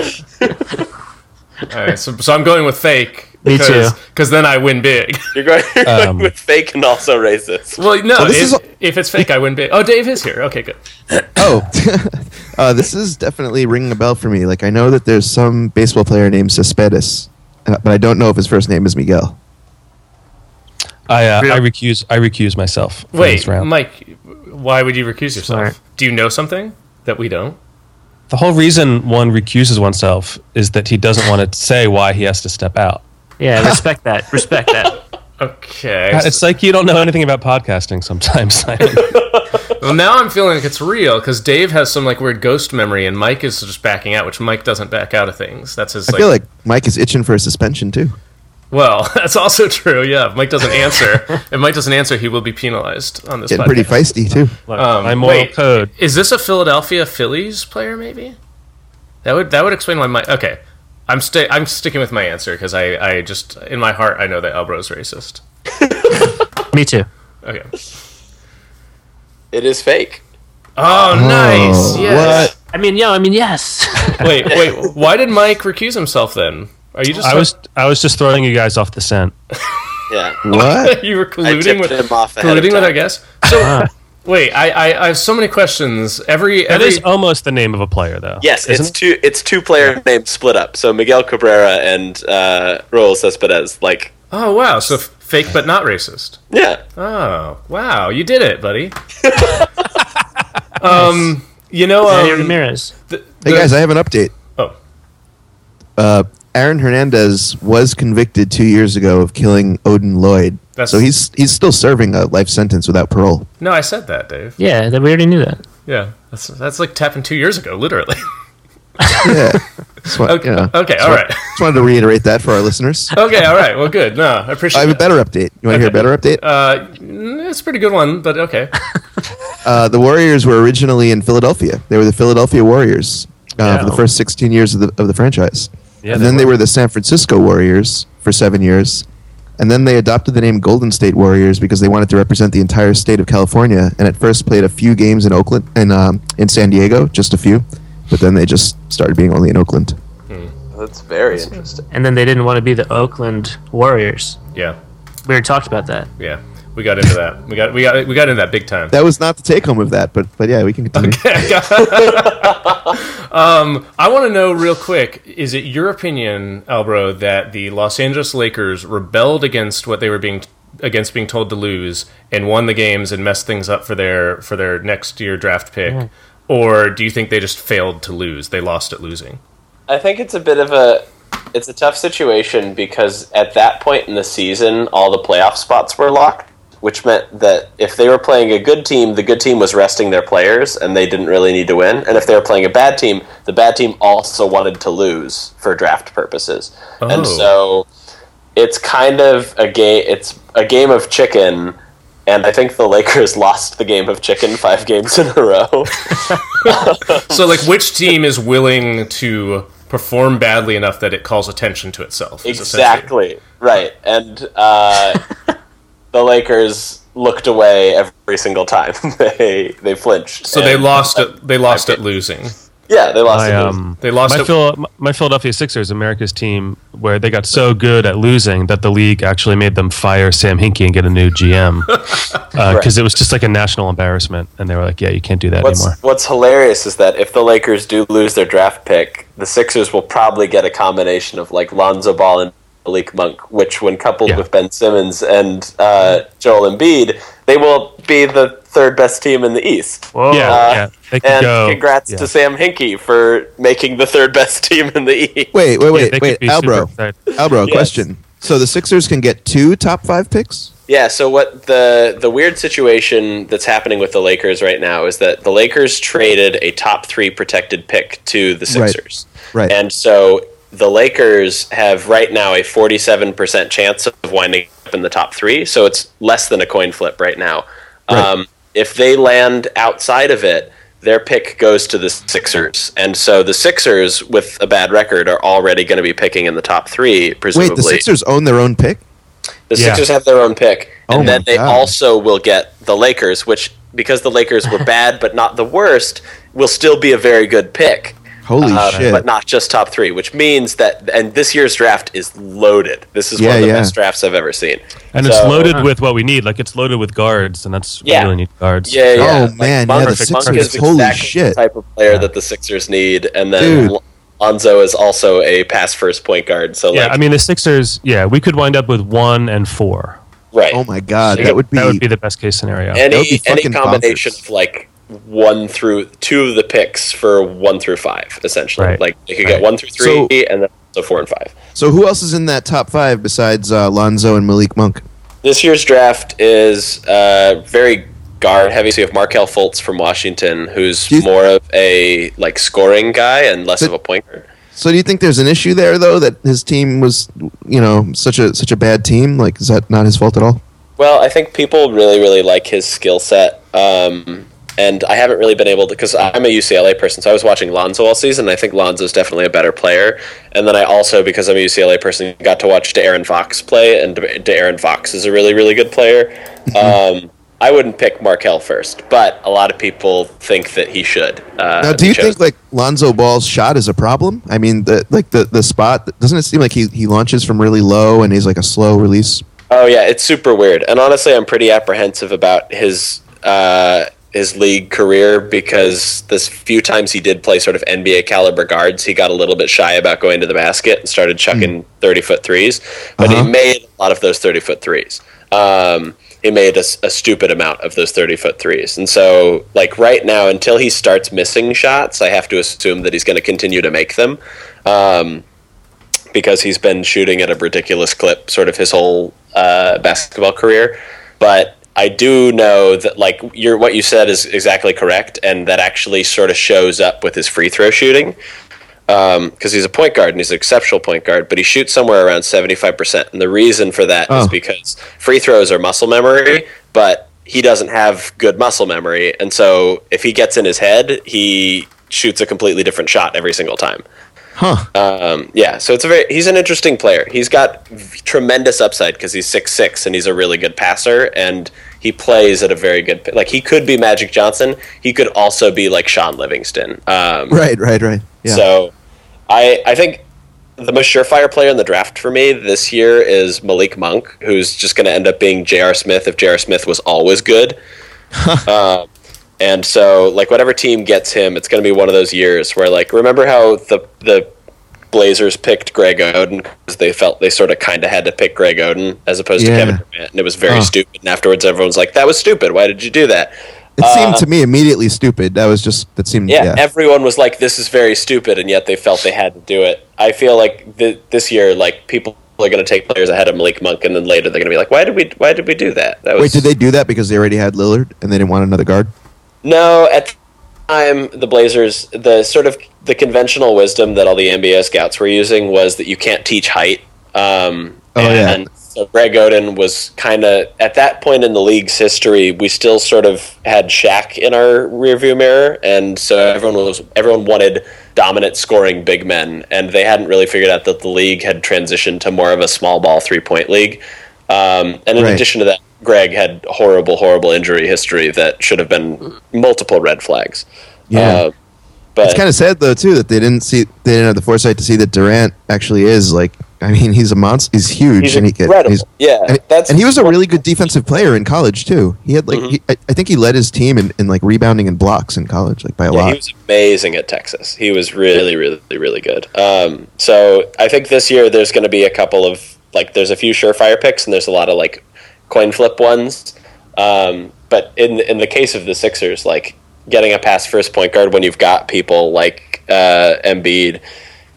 S5: All right, so, so I'm going with fake.
S3: Me too.
S5: Because then I win big. [laughs]
S4: You're going, you're going
S6: Um,
S4: with fake and also racist.
S5: Well, no,
S2: this
S5: if,
S2: is a-
S5: if it's fake, I win big. Oh, Dave is here. Okay, good.
S2: Oh, [laughs] uh, this is definitely ringing a bell for me. Like I know that there's some baseball player named Cespedes, uh, but I don't know if his first name is Miguel.
S6: I uh,
S5: Real-
S6: I recuse I recuse myself. from
S5: Wait,
S6: this round.
S5: Mike, why would you recuse yourself?
S3: Smart.
S5: Do you know something that we don't?
S6: the whole reason one recuses oneself is that he doesn't want to say why he has to step out.
S3: yeah, respect that. Respect that.
S5: Okay.
S6: God, Uh, It's like you don't know anything about podcasting sometimes. [laughs] Simon.
S5: well, now I'm feeling like it's real because Dave has some like weird ghost memory, and Mike is just backing out, which Mike doesn't back out of things. That's his.
S2: I feel like Mike is itching for a suspension too.
S5: Well, [laughs] that's also true. Yeah, if Mike
S4: [laughs]
S5: doesn't answer, if Mike doesn't answer, he will be penalized on this.
S2: Getting
S5: podcast.
S2: pretty feisty too.
S5: Um,
S6: My moral
S5: wait,
S6: code.
S5: Is this a Philadelphia Phillies player? Maybe that would that would explain why Mike. Okay, I'm sta- I'm sticking with my answer because I I just in my heart I know that Elbro's racist.
S3: Me too.
S5: Okay.
S4: It is fake.
S5: Oh, nice. Yes.
S3: I mean, yo, I mean, [laughs] yes.
S5: Wait, wait. Why did Mike recuse himself then? Are you just?
S6: I was I was just throwing you guys off the scent.
S4: Yeah.
S2: What?
S5: [laughs] you were
S4: I
S5: colluding
S4: tipped
S5: with
S4: him off ahead of
S5: colluding
S4: time.
S5: with our guest. So wait, I, I I have so many questions. Every
S6: Ah. That
S5: every
S6: is almost the name of a player, though.
S4: Yes,
S6: isn't
S4: it's
S6: it?
S4: two. It's two player names split up. So Miguel Cabrera and uh, Raul Cespedes. Like,
S5: oh wow, so f- fake but not racist.
S4: yeah,
S5: Oh wow, you did it, buddy. um, you know,
S3: Manny
S5: um,
S3: Ramirez.
S5: the,
S2: Hey
S5: the-
S2: guys, I have an update.
S5: oh,
S2: Uh, Aaron Hernandez was convicted two years ago of killing Odin Lloyd,
S5: That's-
S2: so he's he's still serving a life sentence without parole.
S5: no, I said that, Dave.
S3: Yeah, that we already knew that.
S5: Yeah, that's that's like tapping two years ago, literally. [laughs]
S2: Yeah. Just wa-
S5: okay,
S2: you know,
S5: okay, all right,
S2: Just wanted to reiterate that for our listeners.
S5: [laughs] okay, all right. Well, good. No, I
S2: I
S5: appreciate.
S2: have a
S5: that.
S2: better update. You want to hear a better update?
S5: Uh, mm, it's a pretty good one, but okay.
S2: Uh, the Warriors were originally in Philadelphia. They were the Philadelphia Warriors uh, for the
S6: Yeah.
S2: first 16 years of the, of the franchise.
S6: Yeah,
S2: and
S6: they
S2: then they
S6: were.
S2: were the San Francisco Warriors for seven years. And then they adopted the name Golden State Warriors because they wanted to represent the entire state of California. And at first played a few games in Oakland and um, in San Diego, just a few. But then they just started being only in Oakland.
S4: that's very interesting.
S3: And then they didn't want to be the Oakland Warriors.
S5: Yeah,
S3: We already talked about that.
S5: yeah. We got into that. We got we got we got into that big time.
S2: That was not the take home of that, but but yeah, we can continue.
S5: I want to know real quick: Is it your opinion, Albro, that the Los Angeles Lakers rebelled against what they were being against being told to lose and won the games and messed things up for their for their next year draft pick, or do you think they just failed to lose? They lost at losing.
S4: I think it's a bit of a. It's a tough situation because at that point in the season, all the playoff spots were locked, which meant that if they were playing a good team, the good team was resting their players and they didn't really need to win. And if they were playing a bad team, the bad team also wanted to lose for draft purposes.
S5: Oh.
S4: And so it's kind of a game. It's a game of chicken, and I think the Lakers [laughs] lost the game of chicken five games in a row.
S5: So, like, which team is willing to perform badly enough that it calls attention to itself? is essentially-
S4: Exactly. Right. And
S6: [laughs]
S4: uh, the Lakers looked away every single time [laughs] they they flinched.
S5: So they
S4: And-
S5: lost. At, they lost at losing.
S4: Yeah, they lost.
S6: my
S4: to Bulls.
S6: um
S5: They lost
S6: my,
S5: to-
S6: Phil, my Philadelphia Sixers, America's team, where they got so good at losing that the league actually made them fire Sam Hinkie and get a
S2: [laughs]
S6: new GM because it was just like a national embarrassment, and they were like, "Yeah, you can't do that
S4: What's
S6: anymore."
S4: What's hilarious is that if the Lakers do lose their draft pick, the Sixers will probably get a combination of like Lonzo Ball and Malik Monk, which, when coupled
S6: Yeah.
S4: with Ben Simmons and uh, Joel Embiid, they will be the third best team in the East.
S2: Oh,
S6: yeah,
S4: Uh,
S6: yeah, they could
S4: And
S6: go.
S4: congrats
S6: yeah.
S4: to Sam Hinkie for making the third best [laughs] team in the East.
S2: Wait, wait,
S6: Yeah,
S2: wait,
S6: they could
S2: wait,
S6: be super
S2: Albro,
S6: excited.
S2: Albro,
S4: Yes.
S2: question. So the Sixers can get two top five picks?
S4: Yeah, so what the the weird situation that's happening with the Lakers right now is that the Lakers traded a top 3 protected pick to the
S2: Right.
S4: Sixers.
S2: Right.
S4: And so the Lakers have right now a 47% chance of winding up in the top 3, so it's less than a coin flip right now. Um, if they land outside of it, their pick goes to the Sixers. And so the Sixers with a bad record are already going to be picking in the top 3 presumably.
S2: Wait, the Sixers own their own pick?
S4: The
S6: Yeah.
S4: Sixers have their own pick,
S2: Oh
S4: and
S2: my
S4: then they
S2: God.
S4: also will get the Lakers, which because the Lakers
S2: [laughs]
S4: were bad but not the worst, will still be a very good pick,
S2: Holy
S4: uh,
S2: shit.
S4: but not just top three. Which means that, and this year's draft is loaded. This is one
S2: Yeah,
S4: of the
S2: yeah.
S4: best drafts I've ever seen.
S6: and it's
S4: So- uh,
S6: loaded with what we need. Like it's loaded with guards, and that's we
S4: Yeah.
S6: really need guards.
S4: Yeah, yeah.
S2: Oh,
S4: like,
S2: man, yeah,
S4: Monk,
S2: the
S4: Monk
S2: Sixers,
S4: is
S2: holy
S4: exactly
S2: shit.
S4: The type of player that the Sixers need, and then
S2: Dude.
S4: Lon- Lonzo is also a pass first point guard. So
S6: yeah.
S4: like,
S6: I mean, the Sixers. Yeah, we could wind up with one and four.
S4: right?
S2: oh my god,
S6: Yeah,
S2: that would be,
S6: the best case scenario.
S2: Oh, That would
S4: any
S2: be
S4: any
S2: fucking
S4: combination
S2: bonkers.
S4: of like one through two of the picks for one through five, essentially.
S6: Right.
S4: Like you could
S6: Right.
S4: get one through three
S2: So-
S4: and then also four and five.
S2: So who else is in that top five besides uh, Lonzo and Malik Monk?
S4: This year's draft is uh, very guard heavy. So you have Markel Fultz from Washington, who's
S2: Do you-
S4: more of a like scoring guy and less
S2: But-
S4: of a point guard.
S2: So do you think there's an issue there though that his team was you know such a such a bad team? Like is that not his fault at all?
S4: Well, I think people really, really like his skill set. Um, and I haven't really been able to, because I'm a UCLA person, so I was watching Lonzo all season. And I think Lonzo's definitely a better player. And then I also, because I'm a UCLA person, got to watch De'Aaron Fox play, and De- De'Aaron Fox is a really, really good player.
S2: Mm-hmm.
S4: Um, I wouldn't pick Markel first, but a lot of people think that he should. Uh,
S2: Now,
S4: and
S2: do
S4: he
S2: you
S4: chose-
S2: think like Lonzo Ball's shot is a problem? I mean, the like the the spot doesn't it seem like he he launches from really low and he's like a slow release?
S4: Oh yeah, it's super weird. And honestly, I'm pretty apprehensive about his uh, his league career because this few times he did play sort of NBA caliber guards, he got a little bit shy about going to the basket and started chucking 30 foot threes. But
S2: Uh-huh.
S4: he made a lot of those 30 foot threes. Um, he made a, s- a stupid amount of those 30 foot threes. And so, like right now, until he starts missing shots, I have to assume that he's going to continue to make them. Um, because he's been shooting at a ridiculous clip sort of his whole uh, basketball career. But I do know that like your what you said is exactly correct, and that actually sort of shows up with his free throw shooting because he's a point guard and he's an exceptional point guard, but he shoots somewhere around seventy five percent. And the reason for that is
S2: Oh.
S4: because free throws are muscle memory, but he doesn't have good muscle memory, and so if he gets in his head, he shoots a completely different shot every single time. Um, yeah, so it's a very he's an interesting player. He's got v- tremendous upside because he's six six and he's a really good passer and he plays at a very good p- like he could be Magic Johnson. He could also be like Sean Livingston. Um,
S2: Right, right, right. Yeah.
S4: So I I think the most surefire player in the draft for me this year is Malik Monk, who's just going to end up being J.R. Smith if J.R. Smith was always
S2: [laughs]
S4: good. Um, and so, like, whatever team gets him, it's going to be one of those years where, like, remember how the the Blazers picked Greg Oden because they felt they sort of kind of had to pick Greg Oden as opposed
S2: Yeah.
S4: to Kevin Durant, and it was very
S2: Huh.
S4: stupid. And afterwards, everyone's like, "That was stupid. Why did you do that?"
S2: it seemed to me immediately stupid. That was just that seemed
S4: Um, yeah,
S2: Mm, yeah.
S4: everyone was like, "This is very stupid," and yet they felt they had to do it. I feel like th- this year, like people are going to take players ahead of Malik Monk, and then later they're going to be like, "Why did we? Why did we do that?" That was
S2: Wait, did they do that because they already had Lillard and they didn't want another guard?
S4: No, at the time, the Blazers, the sort of the conventional wisdom that all the NBA scouts were using was that you can't teach height. Um,
S2: Oh, yeah.
S4: and so Greg Oden was kind of at that point in the league's history, we still sort of had Shaq in our rearview mirror, and so everyone was everyone wanted dominant scoring big men, and they hadn't really figured out that the league had transitioned to more of a small ball three point league. Um, and in
S2: Right.
S4: addition to that, Greg had horrible, horrible injury history that should have been multiple red flags.
S2: Yeah.
S4: Uh, But
S2: It's kind of sad though too that they didn't see they didn't have the foresight to see that Durant actually is like I mean he's a monster he's huge
S4: He's
S2: and he can
S4: incredible.
S2: he's,
S4: Yeah,
S2: and,
S4: that's- Mm-hmm.
S2: and he was a really good defensive player in college too he had like he, I, I think he led his team in, in like rebounding and blocks in college like by a
S4: Yeah,
S2: lot
S4: he was amazing at Texas. He was really, really, really good. Um, so I think this year there's going to be a couple of like there's a few surefire picks and there's a lot of like coin flip ones. Um, but in in the case of the Sixers, like getting a pass first point guard when you've got people like uh, Embiid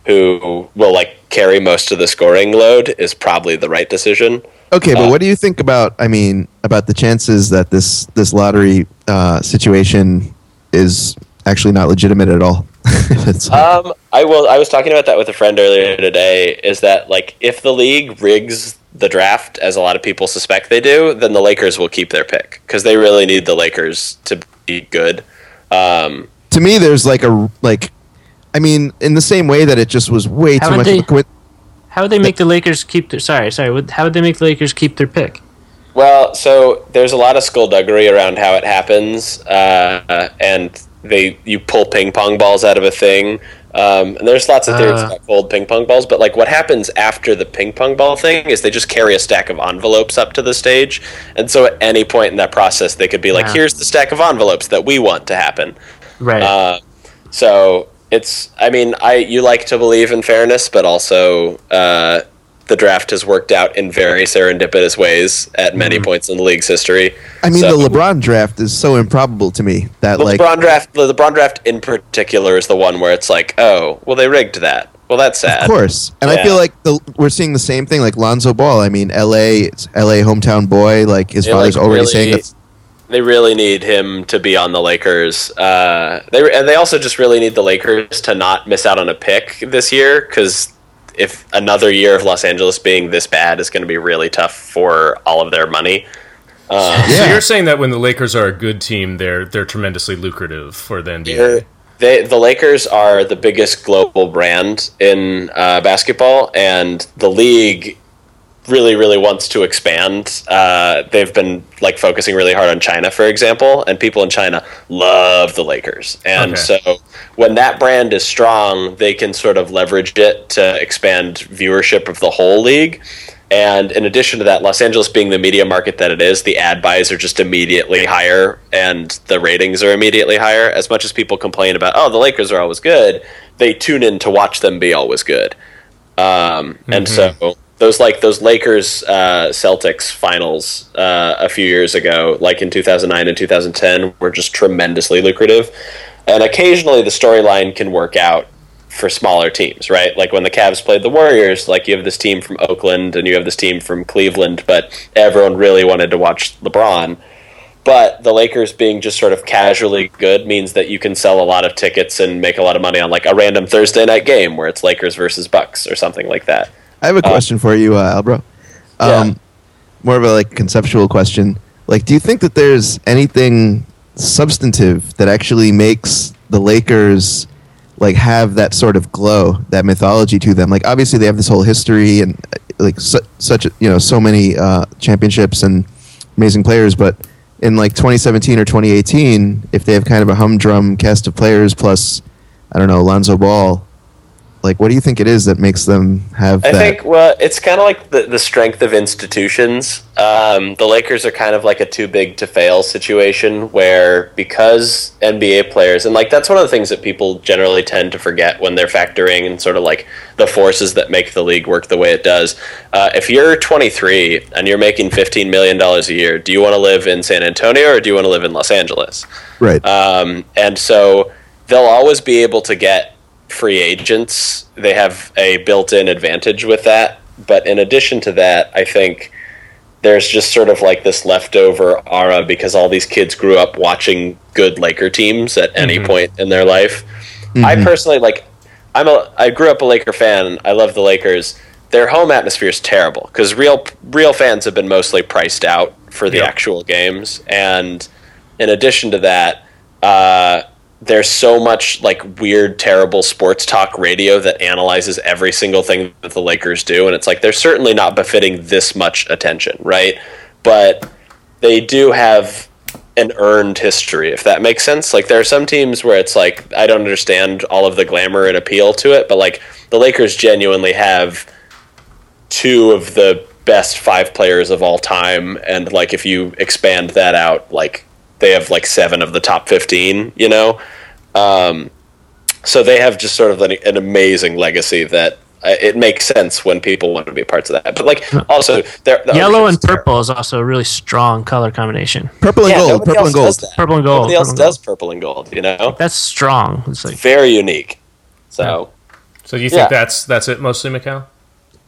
S4: who will like carry most of the scoring load is probably the right decision.
S2: okay but
S4: uh,
S2: what do you think about I mean about the chances that this this lottery uh, situation is actually not legitimate at all [laughs] It's like-
S4: [laughs] Um, I will. I was talking about that with a friend earlier today. Is that like if the league rigs the draft as a lot of people suspect they do, then the Lakers will keep their pick because they really need the Lakers to be good. Um,
S2: to me there's like a like I mean in the same way that it just was way too
S3: Haven't
S2: much
S3: they-
S2: of a coin-
S3: How would they make the Lakers keep their? Sorry, sorry. would- How would they make the Lakers keep their pick?
S4: well, so there's a lot of skullduggery around how it happens, uh, and they you pull ping pong balls out of a thing. Um, and there's lots of theories
S3: Uh.
S4: about old ping pong balls, but like what happens after the ping pong ball thing is they just carry a stack of envelopes up to the stage, and so at any point in that process they could be like,
S3: Yeah.
S4: "Here's the stack of envelopes that we want to happen."
S3: Right.
S4: Uh, so it's, I mean, I you like to believe in fairness, but also uh, the draft has worked out in very serendipitous ways at many points in the league's history.
S2: I mean,
S4: So-
S2: the LeBron draft is so improbable to me that
S4: the
S2: like
S4: LeBron draft, the LeBron draft in particular is the one where it's like, oh, well, they rigged that. Well, that's sad.
S2: Of course, and I
S4: Yeah.
S2: feel like the, we're seeing the same thing. Like Lonzo Ball, I mean, L.A. It's L.A. hometown boy. Like his
S4: They,
S2: father's
S4: like,
S2: already
S4: really-
S2: saying that's
S4: they really need him to be on the Lakers. Uh, they and they also just really need the Lakers to not miss out on a pick this year because if another year of Los Angeles being this bad is going to be really tough for all of their money.
S5: So
S2: yeah.
S5: you're saying that when the Lakers are a good team, they're they're tremendously lucrative for the NBA.
S4: They, the Lakers are the biggest global brand in uh, basketball, and the league really, really wants to expand. Uh, they've been like focusing really hard on China, for example, and people in China love the Lakers. And
S5: Okay.
S4: so when that brand is strong, they can sort of leverage it to expand viewership of the whole league. And in addition to that, Los Angeles being the media market that it is, the ad buys are just immediately higher and the ratings are immediately higher. As much as people complain about, oh, the Lakers are always good, they tune in to watch them be always good. Um, And so those like those Lakers uh, Celtics finals uh, a few years ago, like in 2009 and 2010, were just tremendously lucrative. And occasionally the storyline can work out for smaller teams, right? Like when the Cavs played the Warriors, like you have this team from Oakland and you have this team from Cleveland, but everyone really wanted to watch LeBron. But the Lakers being just sort of casually good means that you can sell a lot of tickets and make a lot of money on like a random Thursday night game where it's Lakers versus Bucks or something like that.
S2: I have a question for you, uh, Albro. Um,
S4: Yeah.
S2: More of a like conceptual question. Like, do you think that there's anything substantive that actually makes the Lakers like have that sort of glow, that mythology to them? Like, obviously they have this whole history and uh, like su- such you know so many uh, championships and amazing players, but in like 2017 or 2018, if they have kind of a humdrum cast of players plus, I don't know, Lonzo Ball, like what do you think it is that makes them have
S4: I
S2: that?
S4: think well, it's kind of like the, the strength of institutions. Um, the Lakers are kind of like a too big to fail situation where because NBA players and like that's one of the things that people generally tend to forget when they're factoring and sort of like the forces that make the league work the way it does. Uh, if you're 23 and you're making 15 million dollars a year, do you want to live in San Antonio or do you want to live in Los Angeles?
S2: right.
S4: Um, and so they'll always be able to get free agents. They have a built in advantage with that. But in addition to that, I think there's just sort of like this leftover aura because all these kids grew up watching good Laker teams at any point in their life. I personally like I'm a I grew up a Laker fan. I love the Lakers. Their home atmosphere is terrible cuz real real fans have been mostly priced out for the
S5: Yep.
S4: actual games and in addition to that uh there's so much like weird, terrible sports talk radio that analyzes every single thing that the Lakers do, and it's like they're certainly not befitting this much attention, right? But they do have an earned history, if that makes sense. Like there are some teams where it's like I don't understand all of the glamour and appeal to it, but like the Lakers genuinely have two of the best five players of all time, and like if you expand that out, like they have like seven of the top fifteen, you know. Um, so they have just sort of an, an amazing legacy that uh, it makes sense when people want to be parts of that. But like also, they're,
S2: Oh,
S4: the
S3: Yellow
S4: ownership's
S3: and
S4: terrible.
S3: purple is also a really strong color combination.
S2: Purple and
S4: Yeah,
S2: gold.
S4: nobody
S2: Purple and
S4: else does
S2: gold.
S4: that.
S3: Purple and gold.
S4: Nobody else
S3: purple and gold.
S4: does purple and gold, you know?
S3: That's strong. It's like
S4: Very unique. So,
S5: So you think
S4: Yeah.
S5: that's that's it mostly, Mikhail?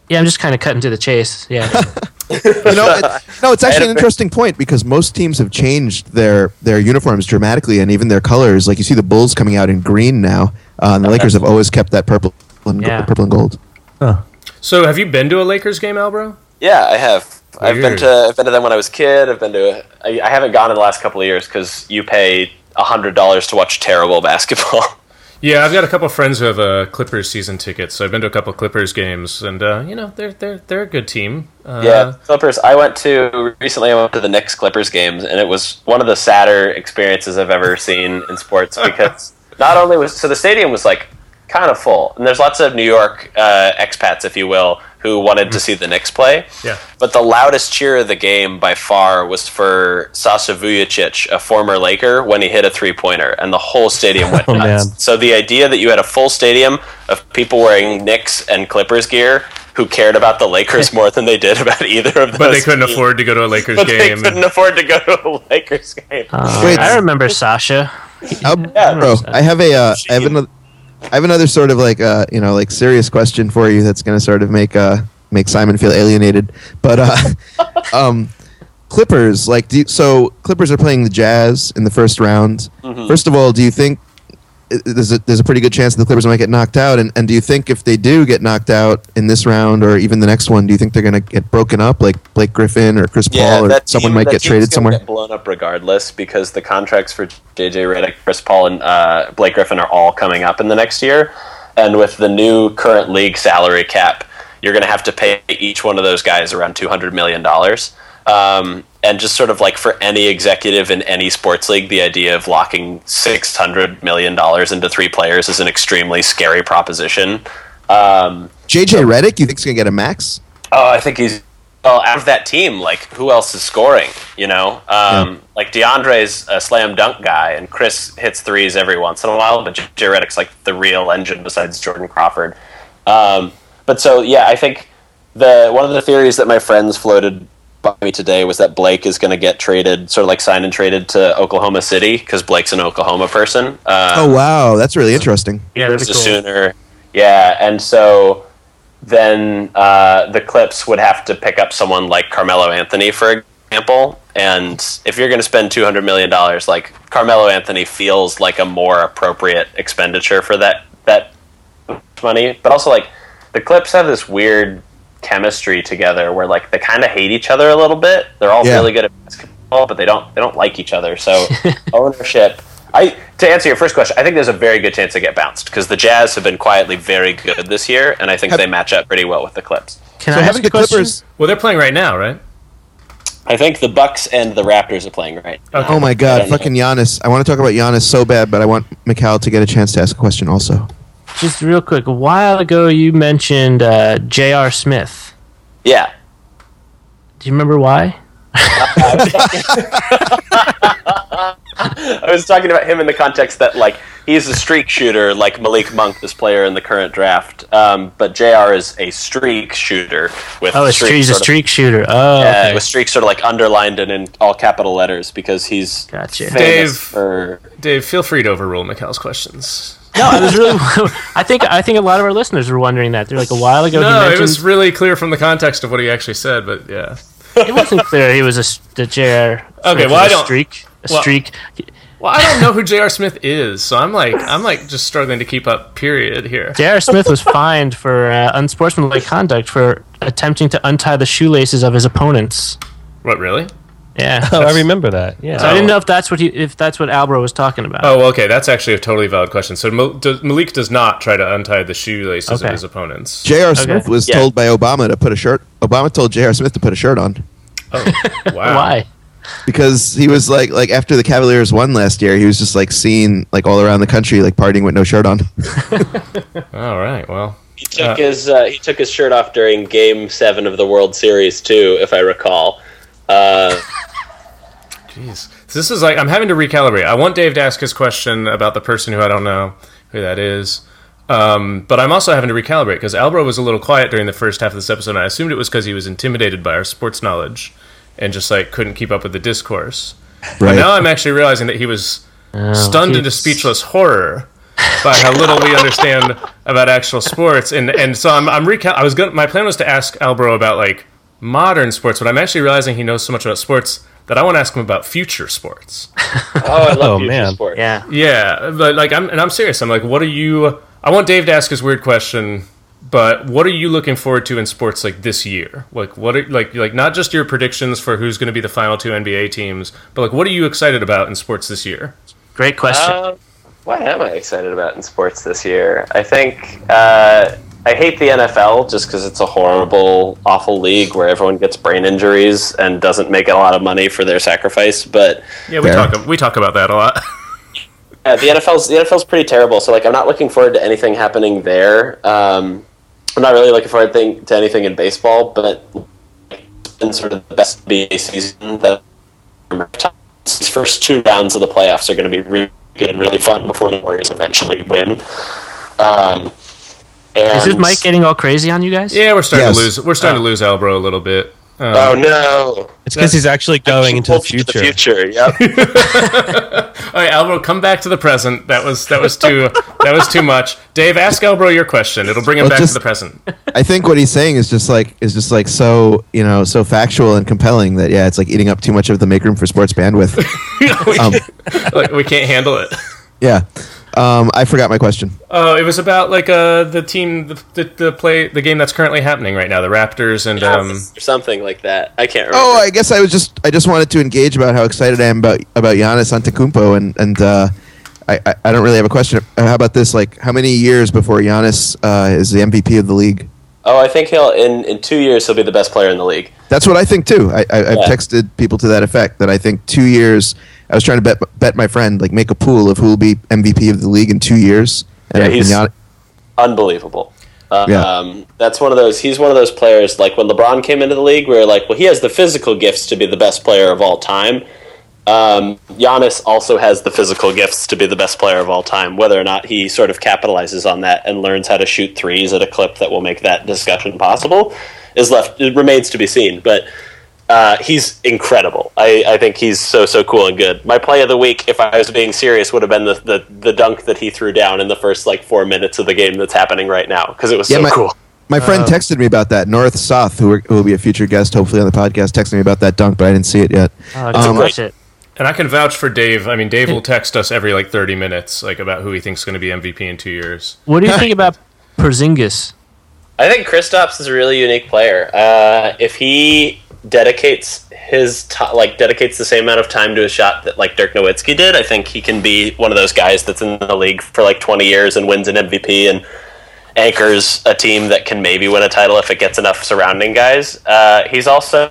S3: yeah, I'm just kind of cutting to the chase. Yeah,
S2: You know, it-
S4: [laughs]
S2: no, it's actually an
S4: a-
S2: interesting point because most teams have changed their their uniforms dramatically and even their colors. Like you see the Bulls coming out in green now, uh, and the Lakers have always kept that purple and
S3: Yeah.
S2: purple and gold.
S5: So have you been to a Lakers game, Albro?
S4: yeah, I have. I've been
S5: Weird.
S4: to I've been to them when I was a kid. I've been to I, I haven't gone in the last couple of years cuz you pay $100 to watch terrible [laughs] basketball.
S5: Yeah, I've got a couple of friends who have uh, Clippers season tickets, so I've been to a couple of Clippers games, and uh, you know they're they're they're a good team. Uh,
S4: yeah, Clippers. I went to recently I went to the Knicks Clippers games and it was one of the sadder experiences I've ever seen in sports because not only was so the stadium was like kind of full and there's lots of New York uh, expats if you will who wanted to see the Knicks play.
S5: yeah.
S4: But the loudest cheer of the game by far was for Sasa Vujicic, a former Laker, when he hit a three pointer, and the whole stadium went
S6: [laughs] Oh,
S4: nuts.
S6: man.
S4: So the idea that you had a full stadium of people wearing Knicks and Clippers gear who cared about
S6: [laughs]
S4: the Lakers more than they did about either of those.
S5: But they couldn't
S4: teams.
S5: afford to go to a
S4: [laughs]
S5: Lakers
S4: But they
S5: game.
S4: couldn't afford to go to a Lakers game.
S3: Uh,
S2: Wait.
S3: I remember Sasha.
S2: Al-
S4: Yeah.
S2: bro, I have a, uh, I have
S4: Sheen.
S2: another, I have another sort of like, uh, you know, like serious question for you that's gonna sort of make, uh, make Simon feel alienated. But, uh, [laughs] um, Clippers, like, do you, so Clippers are playing the Jazz in the first round.
S4: Mm-hmm.
S2: First of all, do you think i- there's a, there's a pretty good chance that the Clippers might get knocked out? And, and do you think if they do get knocked out in this round or even the next one, do you think they're gonna get broken up like Blake Griffin or Chris Paul or
S4: that
S2: someone
S4: team-
S2: might get
S4: that team's
S2: traded
S4: gonna
S2: somewhere?
S4: Get blown up regardless because the contracts for JJ Redick, Chris Paul, and uh, Blake Griffin are all coming up in the next year, and with the new current league salary cap, you're going to have to pay each one of those guys around two hundred million dollars. Um, and just sort of like for any executive in any sports league, the idea of locking six hundred million dollars into three players is an extremely scary proposition. Um,
S2: JJ Redick, you think's gonna get a max?
S4: Oh, I think he's well out of that team. Like, who else is scoring? You know, um, like DeAndre's a slam dunk guy, and Chris hits threes every once in a while. But J- Redick's like the real engine besides Jordan Crawford. Um, but so yeah, I think the one of the theories that my friends floated by me today was that Blake is going to get traded, sort of like signed and traded to Oklahoma City because Blake's an Oklahoma person. Uh,
S2: Oh wow, that's really interesting.
S3: Yeah,
S4: lives
S3: that'd be cool.
S4: a sooner. Yeah, and so then uh, the Clips would have to pick up someone like Carmelo Anthony, for example. And if you're going to spend two hundred million dollars, like Carmelo Anthony feels like a more appropriate expenditure for that that money. But also, like the Clips have this weird chemistry together, where like they kind of hate each other a little bit. They're all
S2: Yeah.
S4: really good at basketball, but they don't they don't like each
S2: [laughs]
S4: other. So ownership. I to answer your first question, I think there's a very good chance they get bounced because the Jazz have been quietly very good this year, and I think
S2: Have-
S4: they match up pretty well with the Clips.
S3: Can
S2: So
S3: I
S2: haven't
S3: ask
S2: the
S3: a question?
S2: Clippers?
S5: Well, they're playing right now, right?
S4: I think the Bucks and the Raptors are playing right. now.
S2: Oh my
S4: I
S2: God,
S4: don't know.
S2: fucking Giannis! I want to talk about Giannis so bad, but I want Mikhail to get a chance to ask a question also.
S3: Just real quick, a while ago you mentioned uh, J.R. Smith.
S4: Yeah.
S3: Do you remember why?
S4: I was talking about him in the context that like he's a streak shooter, like Malik Monk, this player in the current draft. Um, but Jr. is a streak shooter with
S3: Oh, it's streak, he's a
S4: sort of-
S3: streak shooter. Oh,
S4: yeah,
S3: okay.
S4: with streak sort of like underlined and in all capital letters because he's
S3: Gotcha.
S4: famous
S5: Dave.
S4: for
S5: Dave, feel free to overrule Mikhail's questions.
S3: no, I was really. [laughs] I think I think a lot of our listeners were wondering that. They're like a while ago. he
S5: No,
S3: mentioned,
S5: it was really clear from the context of what he actually said, but yeah.
S3: not clear he was a s- the J.R.
S5: Okay,
S3: Smith
S5: well,
S3: was
S5: I
S3: a
S5: don't-
S3: streak a
S5: well-
S3: streak.
S5: Well, I don't know who J.R. Smith is, so I'm like I'm like just struggling to keep up. Period here.
S3: J.R. Smith was fined for uh, unsportsmanlike conduct for attempting to untie the shoelaces of his opponents.
S5: What really?
S3: Yeah.
S6: Oh, I remember that. Yeah.
S3: So I didn't know if that's what he if that's what Albro was talking about.
S5: Oh, well, okay, that's actually a totally valid question. So Mal- does, Malik does not try to untie the shoelaces
S3: Okay.
S5: of his opponents.
S2: J.R. Smith was
S4: Yeah.
S2: told by Obama to put a shirt. Obama told J.R. Smith to put a shirt on.
S5: oh,
S3: [laughs]
S5: wow.
S3: Why?
S2: because he was like like after the Cavaliers won last year, he was just like seen like all around the country like partying with no shirt on.
S5: All right. Well,
S4: He took his uh, he took his shirt off during Game Seven of the World Series too, if
S3: [laughs]
S4: I recall. Uh,
S5: jeez. So this is like I'm having to recalibrate. I want Dave to ask his question about the person who I don't know who that is. Um, but I'm also having to recalibrate because Albro was a little quiet during the first half of this episode. And I assumed it was because he was intimidated by our sports knowledge and just like couldn't keep up with the discourse. But now I'm actually realizing that he was stunned into
S3: he's-
S5: speechless horror by how little we understand about actual sports. And and so I'm I'm recal- I was going my plan was to ask Albro about like modern sports, but I'm actually realizing he knows so much about sports that I want to ask him about future sports.
S4: oh, I love
S6: Oh,
S4: future
S6: man.
S4: sports.
S3: Yeah.
S5: Yeah, but like I'm and I'm serious. I'm like, what are you? I want Dave to ask his weird question, but what are you looking forward to in sports like this year? Like what are like like not just your predictions for who's going to be the final two NBA teams, but like what are you excited about in sports this year?
S3: Great question.
S4: Um, what am I excited about in sports this year? I think uh, I hate the NFL just because it's a horrible, awful league where everyone gets brain injuries and doesn't make a lot of money for their sacrifice. But
S5: Yeah, we
S2: Fair.
S5: talk we talk about that a lot. [laughs]
S4: uh, the NFL's the NFL's pretty terrible. So like, I'm not looking forward to anything happening there. Um, I'm not really looking forward thing, to anything in baseball, but it's been sort of the best NBA season that these first two rounds of the playoffs are going to be really good and really fun before the Warriors eventually win. Um, and
S3: Is this Mike getting all crazy on you guys?
S5: yeah, we're starting
S2: Yes.
S5: to lose. We're starting to lose Albro a little bit. Um,
S4: Oh no!
S6: It's because he's actually going into the
S4: Wolf to
S6: future. [laughs]
S4: future. Yep.
S5: All right, Albro, come back to the present. That was that was too [laughs] that was too much. Dave, ask Albro your question. It'll bring him
S2: Well,
S5: back
S2: just-
S5: to the [laughs] present.
S2: I think what he's saying is just like is just like so you know so factual and compelling that yeah it's like eating up too much of the make room for sports
S3: [laughs]
S2: bandwidth. Um,
S5: like, we can't handle it.
S2: yeah, um, I forgot my question.
S5: Oh, it was about like uh the team the, the the play the game that's currently happening right now, the Raptors and um
S4: or something like that. I can't remember.
S2: Oh, I guess I was just I just wanted to engage about how excited I am about about Giannis Antetokounmpo and and uh, I, I I don't really have a question. Uh, How about this? Like, how many years before Giannis uh, is the MVP of the league?
S4: oh, I think he'll in in two years he'll be the best player in the league.
S2: That's what I think too. I, I, I've
S4: Yeah.
S2: texted people to that effect that I think two years. I was trying to bet bet my friend like make a pool of who will be MVP of the league in two years. And
S4: Yeah,
S2: and
S4: he's-
S2: Gian-
S4: unbelievable. Uh,
S2: Yeah.
S4: Um, that's one of those. He's one of those players. Like when LeBron came into the league, we were like, well, he has the physical gifts to be the best player of all time. Um, Giannis also has the physical gifts to be the best player of all time. Whether or not he sort of capitalizes on that and learns how to shoot threes at a clip that will make that discussion possible is left. It remains to be seen. But uh, he's incredible. I, I think he's so so cool and good. My play of the week, if I was being serious, would have been the, the, the dunk that he threw down in the first like four minutes of the game that's happening right now because it was
S2: Yeah,
S4: so
S2: my-
S4: cool.
S2: my friend texted me about that. North South, who, are, who will be a future guest hopefully on the podcast, texted me about that dunk, but I didn't see it yet.
S3: Oh, just
S2: Um,
S3: watch it.
S5: and I can vouch for Dave. I mean, Dave
S2: [laughs]
S5: will text us every like 30 minutes like about who he thinks is going to be MVP in 2 years.
S3: What do you think about Porzingis?
S4: I think Kristaps is a really unique player. Uh, if he dedicates his to- like dedicates the same amount of time to a shot that like Dirk Nowitzki did, I think he can be one of those guys that's in the league for like 20 years and wins an MVP and anchors a team that can maybe win a title if it gets enough surrounding guys. Uh, he's also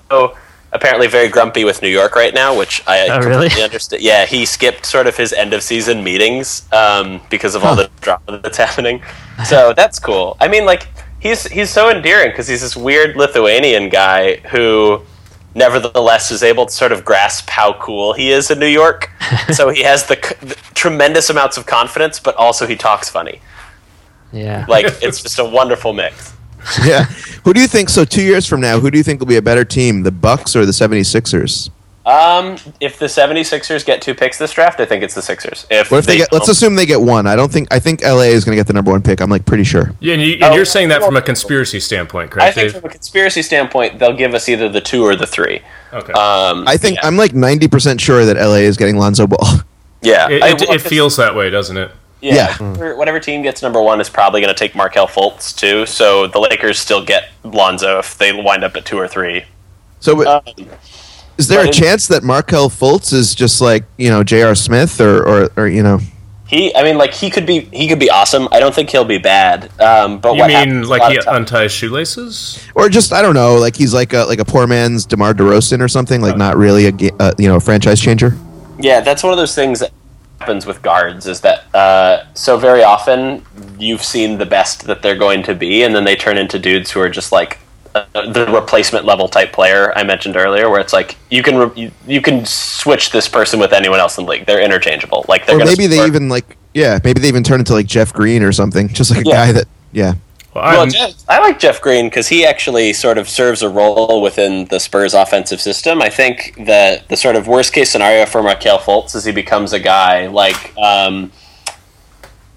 S4: apparently very grumpy with New York right now, which I
S3: Oh,
S4: completely
S3: really?
S4: understand. Yeah, he skipped sort of his end of season meetings um, because of all the drama that's happening. So that's cool. I mean, like he's he's so endearing because he's this weird Lithuanian guy who. Nevertheless, is able to sort of grasp how cool he is in New York.
S3: [laughs]
S4: so he has the, c- the tremendous amounts of confidence, but also he talks funny.
S3: Yeah.
S5: [laughs]
S4: Like it's just a wonderful mix.
S2: [laughs] yeah. Who do you think? So two years from now, who do you think will be a better team, the Bucks or the 76ers?
S4: Um, if the 76ers get two picks this draft, I think it's the Sixers. If,
S2: What if they, get? Let's
S4: don't-
S2: assume they get one. I don't think. I think LA is going to get the number one pick. I'm like pretty sure.
S5: Yeah, and, you, and
S4: Oh,
S5: you're saying that from a conspiracy standpoint,
S4: I
S5: correct,
S4: think
S5: Dave?
S4: from a conspiracy standpoint, they'll give us either the two or the three.
S5: Okay.
S2: Uh,
S4: Um,
S2: I think
S4: yeah.
S2: I'm like 90% sure that LA is getting Lonzo Ball. [laughs]
S4: yeah,
S5: it,
S4: I-
S5: it,
S4: well,
S5: it feels that way, doesn't it?
S4: yeah.
S2: yeah.
S4: Whatever- Whatever team gets number one is probably going to take Markel Fultz too. So the Lakers still get Lonzo if they wind up at two or three.
S2: So but
S4: Um,
S2: is there a
S4: but in-
S2: chance that Markel Fultz is just like you know J.R. Smith or, or or you know
S4: He, I mean, like he could be he could be awesome. I don't think he'll be bad. Um, but
S5: You
S4: what
S5: mean
S4: happens a
S5: like
S4: lot
S5: he
S4: of times-
S5: unties shoelaces?
S2: or just I don't know, like he's like a like a poor man's Demar Derozan or something, like not really a ga- uh, you know a franchise changer.
S4: Yeah, that's one of those things that happens with guards is that uh, so very often you've seen the best that they're going to be, and then they turn into dudes who are just like uh, the replacement level type player I mentioned earlier, where it's like you can re- you, you can switch this person with anyone else in the league; they're interchangeable. Like they're
S2: Or
S4: gonna
S2: maybe they
S4: score-
S2: even like yeah, maybe they even turn into like Jeff Green or something, just like a
S4: Yeah.
S2: guy that yeah.
S5: Well,
S4: Well,
S5: I'm-
S4: Jeff, I like Jeff Green because he actually sort of serves a role within the Spurs offensive system. I think that the sort of worst case scenario for Markel Fultz is he becomes a guy like um,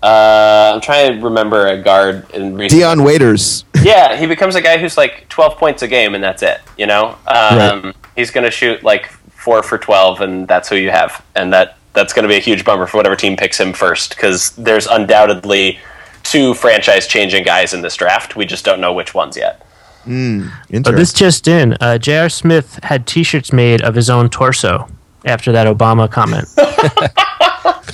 S4: uh, I'm trying to remember a guard in recent.
S2: Dion Waiters.
S4: Yeah, he becomes a guy who's like 12 points a game and that's it. You know, um, he's going to shoot like four for 12, and that's who you have, and that that's going to be a huge bummer for whatever team picks him first because there's undoubtedly two franchise-changing guys in this draft. We just don't know which ones yet.
S3: But
S2: Interesting.
S3: this just in, uh, J.R. Smith had T-shirts made of his own torso after that Obama comment.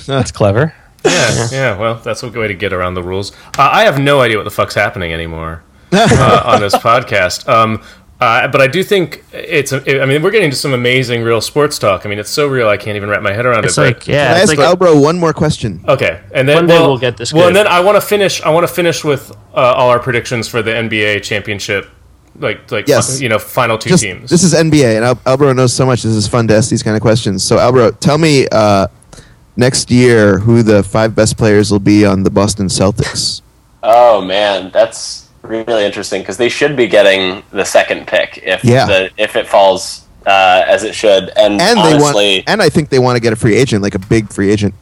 S6: That's clever.
S5: yeah, yeah. Well, that's a way to get around the rules. Uh, I have no idea what the fuck's
S3: [laughs]
S5: happening anymore uh, on this podcast. Um, uh, but I do think it's. I mean, we're getting to some amazing real sports talk. I mean, it's so real I can't even wrap my head around
S3: It's
S5: it.
S3: like,
S5: but,
S2: Can I
S3: yeah,
S2: ask
S3: it's like
S2: Albro one more question.
S5: Okay, and then
S3: One day
S5: well,
S3: we'll get this
S5: Well, and
S3: good.
S5: then I want to finish. I want to finish with uh, all our predictions for the NBA championship, like like
S2: Yes.
S5: you know, final two
S2: Just,
S5: teams.
S2: This is NBA, and Al- Albro knows so much. This is fun to ask these kind of questions. So Albro, tell me uh, next year who the five best players will be on the Boston Celtics.
S4: Oh man, that's really interesting because they should be getting the second pick if
S2: Yeah.
S4: the, if it falls uh, as it should. And,
S2: And they
S4: honestly,
S2: want, and I think they want to get a free agent, like a big free agent.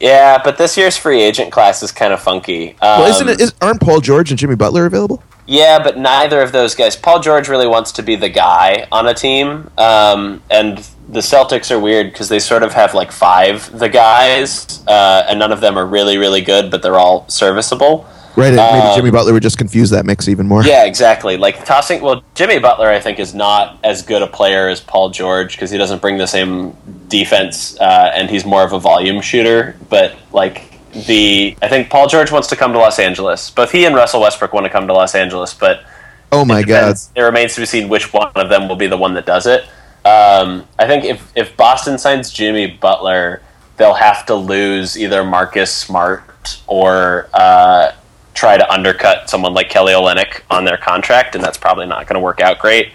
S4: yeah, but this year's free agent class is kind of funky. Um,
S2: Well, isn't it? Is, aren't Paul George and Jimmy Butler available?
S4: Yeah, but neither of those guys. Paul George really wants to be the guy on a team, um, and the Celtics are weird because they sort of have like five the guys, uh, and none of them are really really good, but they're all serviceable.
S2: Right. and maybe
S4: Um,
S2: Jimmy Butler would just confuse that mix even more.
S4: Yeah, exactly. Like tossing. Well, Jimmy Butler, I think, is not as good a player as Paul George because he doesn't bring the same defense, uh, and he's more of a volume shooter. But like the, I think Paul George wants to come to Los Angeles. Both he and Russell Westbrook want to come to Los Angeles, but.
S2: Oh my God.
S4: depends. It remains to be seen which one of them will be the one that does it. Um, I think if, if Boston signs Jimmy Butler, they'll have to lose either Marcus Smart or uh, try to undercut someone like Kelly Olynyk on their contract, and that's probably not going to work out great.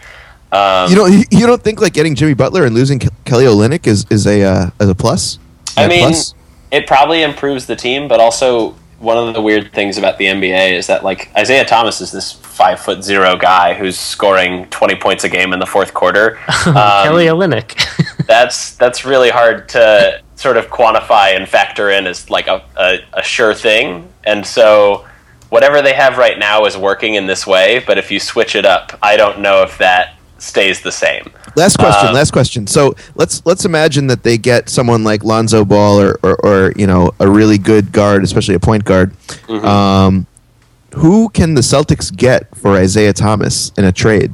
S4: Um,
S2: You don't. you- You don't think like getting Jimmy Butler and losing Ke- Kelly Olynyk is is a uh, is a plus?
S4: I
S2: Net
S4: mean,
S2: plus?
S4: it probably improves the team, but also one of the weird things about the NBA is that like Isaiah Thomas is this five foot zero guy who's scoring twenty points a game in the
S2: [laughs]
S4: fourth quarter. Um,
S3: Kelly Olynyk.
S4: that's that's really hard to sort of quantify and factor in as like a, a, a sure thing. And so whatever they have right now is working in this way, but if you switch it up, I don't know if that stays the same.
S2: Last question.
S4: Uh,
S2: last question. So let's let's imagine that they get someone like Lonzo Ball or or, or you know a really good guard, especially a point guard.
S4: Mm-hmm.
S2: Um, who can the Celtics get for Isaiah Thomas in a trade?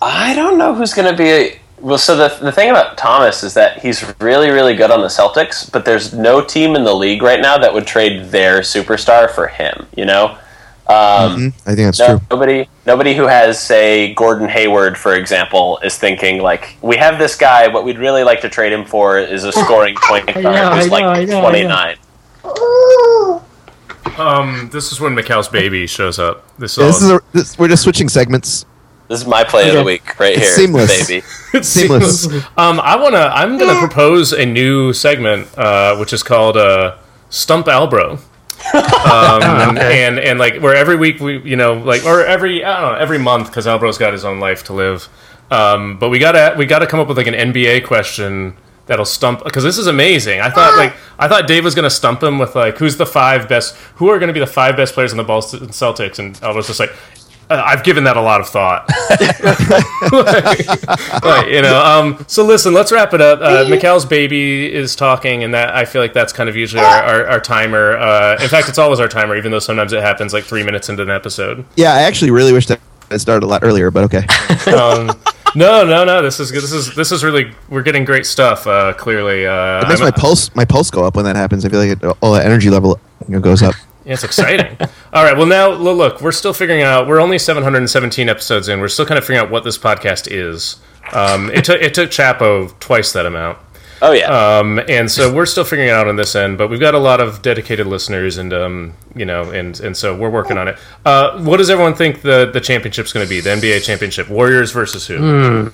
S4: I don't know who's going to be. well, so the, the thing about Thomas is that he's really, really good on the Celtics, but there's no team in the league right now that would trade their superstar for him, you know? Um,
S2: Hmm? I think that's
S4: No,
S2: true.
S4: nobody, nobody who has, say, Gordon Hayward, for example, is thinking like, we have this guy. What we'd really like to trade him for is
S3: [laughs]
S4: a scoring point guard
S3: know, I
S4: who's
S3: know, I
S4: like
S3: know, I know.
S4: twenty nine.
S5: um, this is when Mikhail's baby shows up. This is, all,
S2: This is a, this, we're just switching segments.
S4: This is my play of the
S3: Okay.
S4: week right
S2: It's
S4: here,
S2: seamless.
S4: baby.
S5: It's
S2: Seamless.
S5: [laughs] Um, I wanna. I'm gonna propose a new segment, uh, which is called uh, "Stump Albro," [laughs] um, and and like where every week we, you know, like or every I don't know every month because Albro's got his own life to live. Um, but we gotta we gotta come up with like an NBA question that'll stump because this is amazing. I thought like I thought Dave was gonna stump him with like who's the five best who are gonna be the five best players in the Boston Celtics, and Albro's just like. "Uh, I've given that a lot of thought. [laughs] Right, you know. Um, so listen, let's wrap it up. Uh, Mikhail's baby is talking, and that I feel like that's kind of usually our, our, our timer. Uh, in fact, it's always our timer, even though sometimes it happens like three minutes into an episode.
S4: [laughs]
S2: Yeah, I actually really wish that it started a lot earlier, but okay.
S5: Um, No, no, no. This is this is this is really we're getting great stuff. Uh, clearly, uh,
S2: It makes
S5: I'm-
S2: my pulse my pulse go up when that happens. I feel like it, all that energy level you know,
S4: [laughs]
S2: goes up.
S5: Yeah,
S2: [laughs]
S5: it's exciting. All right. Well, now lo- look, we're still figuring out. We're only 717 episodes in. We're still kind of figuring out what this podcast is. Um, it took it took Chapo twice that amount,
S4: Oh yeah.
S5: um, and so we're still figuring it out on this end. But we've got a lot of dedicated listeners, and um, you know, and and so we're working on it. Uh, what does everyone think the the championship's going to be? The NBA championship, Warriors versus who?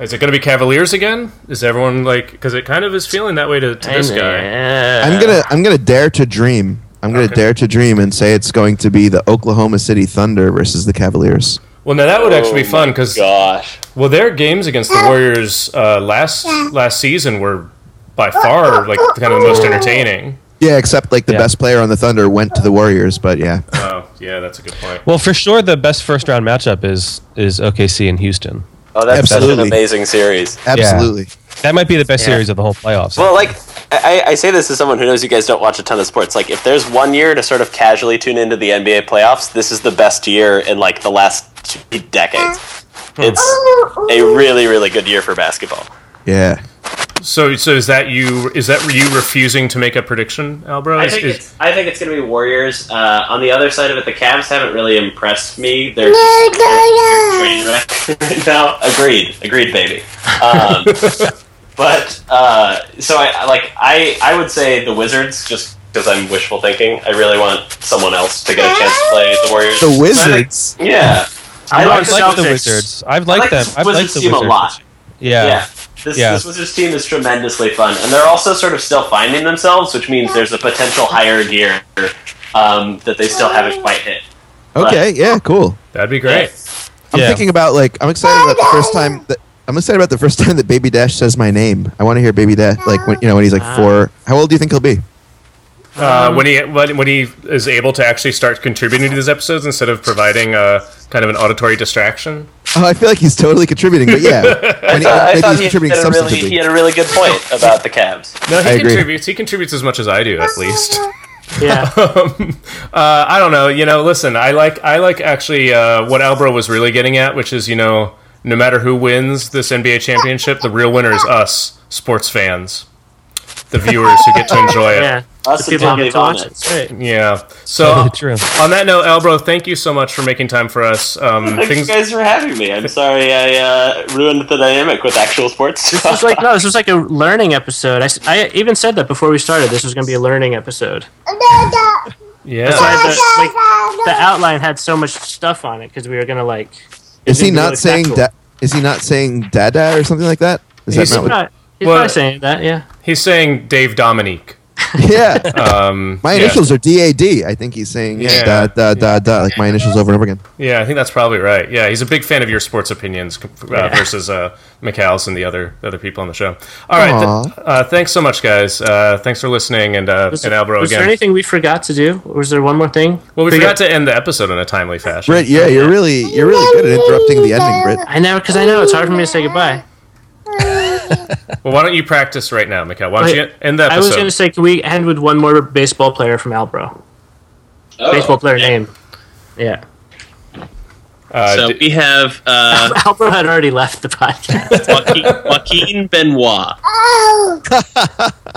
S5: Is it going to be Cavaliers again? Is everyone like because it kind of is feeling that way to, to
S3: [laughs]
S5: this guy?
S2: I'm gonna I'm gonna dare to dream. I'm gonna dare to dream and say it's going to be the Oklahoma City Thunder versus the Cavaliers.
S5: Well, now that would actually be
S4: Oh
S5: fun
S4: my
S5: because
S4: gosh,
S5: Well, their games against the Warriors uh, last last season were by far like kind of the most entertaining.
S2: Yeah, except like the
S6: Yeah.
S2: best player on the Thunder went to the Warriors, but yeah.
S5: Oh, yeah, that's a good point.
S6: Well, for sure, the best first round matchup is is OKC and Houston.
S4: oh that's such
S2: Absolutely.
S4: an amazing series.
S2: Absolutely.
S6: That might be the best series of the whole playoffs.
S4: Well, like I, I say this as someone who knows you guys don't watch a ton of sports. Like, if there's one year to sort of casually tune into the NBA playoffs, this is the best year in like the last two decades.
S5: Hmm.
S4: It's a really, really good year for basketball.
S2: Yeah.
S5: So, so is that you? Is that you refusing to make a prediction, Albro?
S4: I
S5: Is-
S4: think
S5: is-
S4: it's I think it's going to be Warriors. Uh, on the other side of it, the Cavs haven't really impressed me. They're just train wreck right [laughs] now. Agreed, agreed, baby. Um, but uh, so I I- like I I would say the Wizards just because I'm wishful thinking. I really want someone else to get a chance to play the Warriors.
S2: The Wizards.
S4: Yeah,
S3: I
S4: I like
S6: I've
S4: the
S3: like
S6: liked the
S3: Celtics.
S6: Wizards. I've
S4: I
S6: liked
S4: like
S6: them.
S4: this
S6: I've liked
S4: Wizards
S6: the
S4: team a
S6: Wizards.
S4: lot.
S6: Yeah.
S4: Yeah. This,
S6: Yeah.
S4: this Wizards team is tremendously fun, and they're also sort of still finding themselves, which means there's a potential higher gear um, that they still haven't quite hit.
S2: Okay, yeah, cool.
S5: that'd be great.
S2: I'm
S6: Yeah.
S2: thinking about like I'm excited about the first time that I'm excited about the first time that Baby Dash says my name. I want to hear Baby Dash like when you know when he's like four. How old do you think he'll be?
S4: Um,
S5: Uh, when he when, when he is able to actually start contributing to these episodes instead of providing uh, kind of an auditory distraction.
S2: Oh, I feel like he's totally contributing, but yeah, when he,
S4: [laughs] I
S2: maybe
S4: thought
S2: he's
S4: he,
S2: contributing
S4: had a really, he
S2: substantively.
S4: had a really good point about the
S8: [laughs]
S4: Cavs.
S5: No, he
S2: I agree.
S5: contributes. He contributes as much as I do, at least. [laughs]
S3: Yeah.
S5: um, uh, I don't know. You know, listen, I like I like actually uh, what Albro was really getting at, which is you know, no matter who wins this NBA championship, the real winner is us sports fans, the viewers who
S4: [laughs]
S5: get to enjoy it.
S3: Yeah.
S5: Yeah.
S4: Us
S3: People
S4: and Tommy
S3: get to watch it.
S4: Vonnit.
S3: That's right.
S5: So
S6: Totally Oh. [laughs] true.
S5: on that note, Albro, thank you so much for making time for us. Um,
S4: Thanks,
S5: things.
S4: guys, for having me. I'm sorry I uh, ruined the dynamic with actual sports.
S2: [laughs]
S4: Oh.
S3: This was like no, this was like a learning episode. I, s- I even said that before we started. This was going to be a learning episode. So I
S5: Yeah.
S3: had the, like, the outline had so much stuff on it because we were going to like.
S2: Is he
S3: it was
S2: not
S3: really
S2: saying
S3: factual.
S2: da- Is he not saying Dada or something like that? Is
S5: He's
S2: that not
S3: He's,
S2: what?
S3: not, he's
S5: Well-
S3: probably saying that. Yeah.
S5: He's saying Dave Dominique.
S2: [laughs] Yeah.
S5: Um,
S2: My
S5: yeah.
S2: initials are DAD. I think he's saying yeah,
S5: Yeah.
S2: da, da, da, da, like my initials over and over again.
S5: Yeah, I think that's probably right. Yeah, he's a big fan of your sports opinions uh, versus uh, McAllis and the other the other people on the show. All right, th- uh, thanks so much, guys. Uh, thanks for listening, and uh, and Albro
S3: was
S5: again.
S3: there anything we forgot to do? Or was there one more thing?
S5: well, we forgot to end the episode in a timely fashion.
S2: Britt, yeah, you're really you're really good at interrupting the ending, Britt.
S3: I know because I know it's hard for me to say goodbye.
S5: Well, why don't you practice right now, Mikhail? Why don't
S3: Wait,
S5: you end the
S3: I was
S5: episode?
S3: going to say, can we end with one more baseball player from Albro?
S4: Oh,
S3: Baseball player name. Yeah.
S5: uh,
S8: So
S5: d-
S8: we have
S3: [laughs]
S2: [laughs]
S8: uh,
S3: Albro had already left the
S4: [laughs]
S3: podcast.
S8: Joaquin, Joaquin Benoit.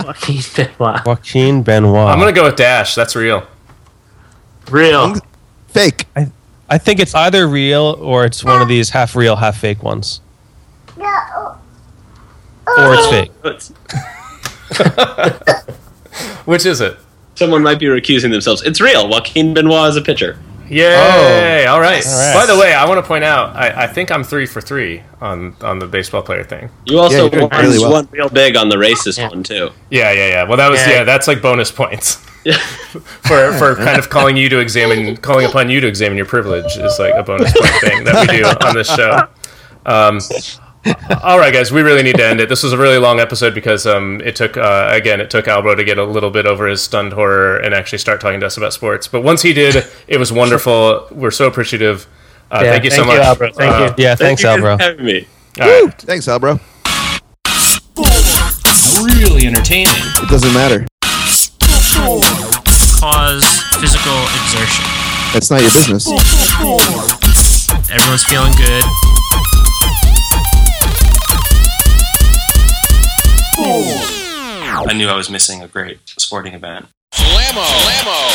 S3: Joaquin Benoit.
S6: Joaquin Benoit.
S5: I'm gonna go with Dash. That's real.
S3: Real.
S2: Fake.
S6: I think it's either real or it's one of these half real, half fake ones, or it's fake.
S8: But
S5: Which is it?
S8: Someone might be recusing themselves. It's real. Joaquin Benoit is a pitcher.
S5: Yay! All, right.
S6: All right.
S5: By the way, I want to point out. I, I think I'm three for three on on the baseball player thing.
S8: You
S2: Yeah,
S8: also
S2: you're doing
S8: won,
S2: really
S8: you
S2: well.
S8: won real big on the racist
S3: Yeah.
S8: one too.
S5: Yeah, yeah, yeah. Well, that was yeah.
S3: Yeah.
S5: that's like
S3: [laughs]
S5: bonus points [laughs] for for kind of calling you to examine, calling upon you to examine your privilege is like a bonus point thing that we do on this show. Um, all right, guys, we really need to end it. This was a really long episode because um, it took uh, again it took Albro to get a little bit over his stunned horror and actually start talking to us about sports. But once he did, it was wonderful. We're so appreciative. Uh,
S3: Yeah,
S5: thank you so
S3: thank you,
S5: much.
S3: Albro. Thank
S5: Uh,
S3: you.
S6: Yeah, thanks,
S8: you guys
S6: Albro.
S8: for having me.
S2: Thanks, Albro.
S8: Really entertaining.
S2: It doesn't matter.
S3: Cause physical exertion.
S2: That's not your business.
S3: Everyone's feeling good.
S9: I knew I was missing a great sporting event.
S6: Slammo! Slammo!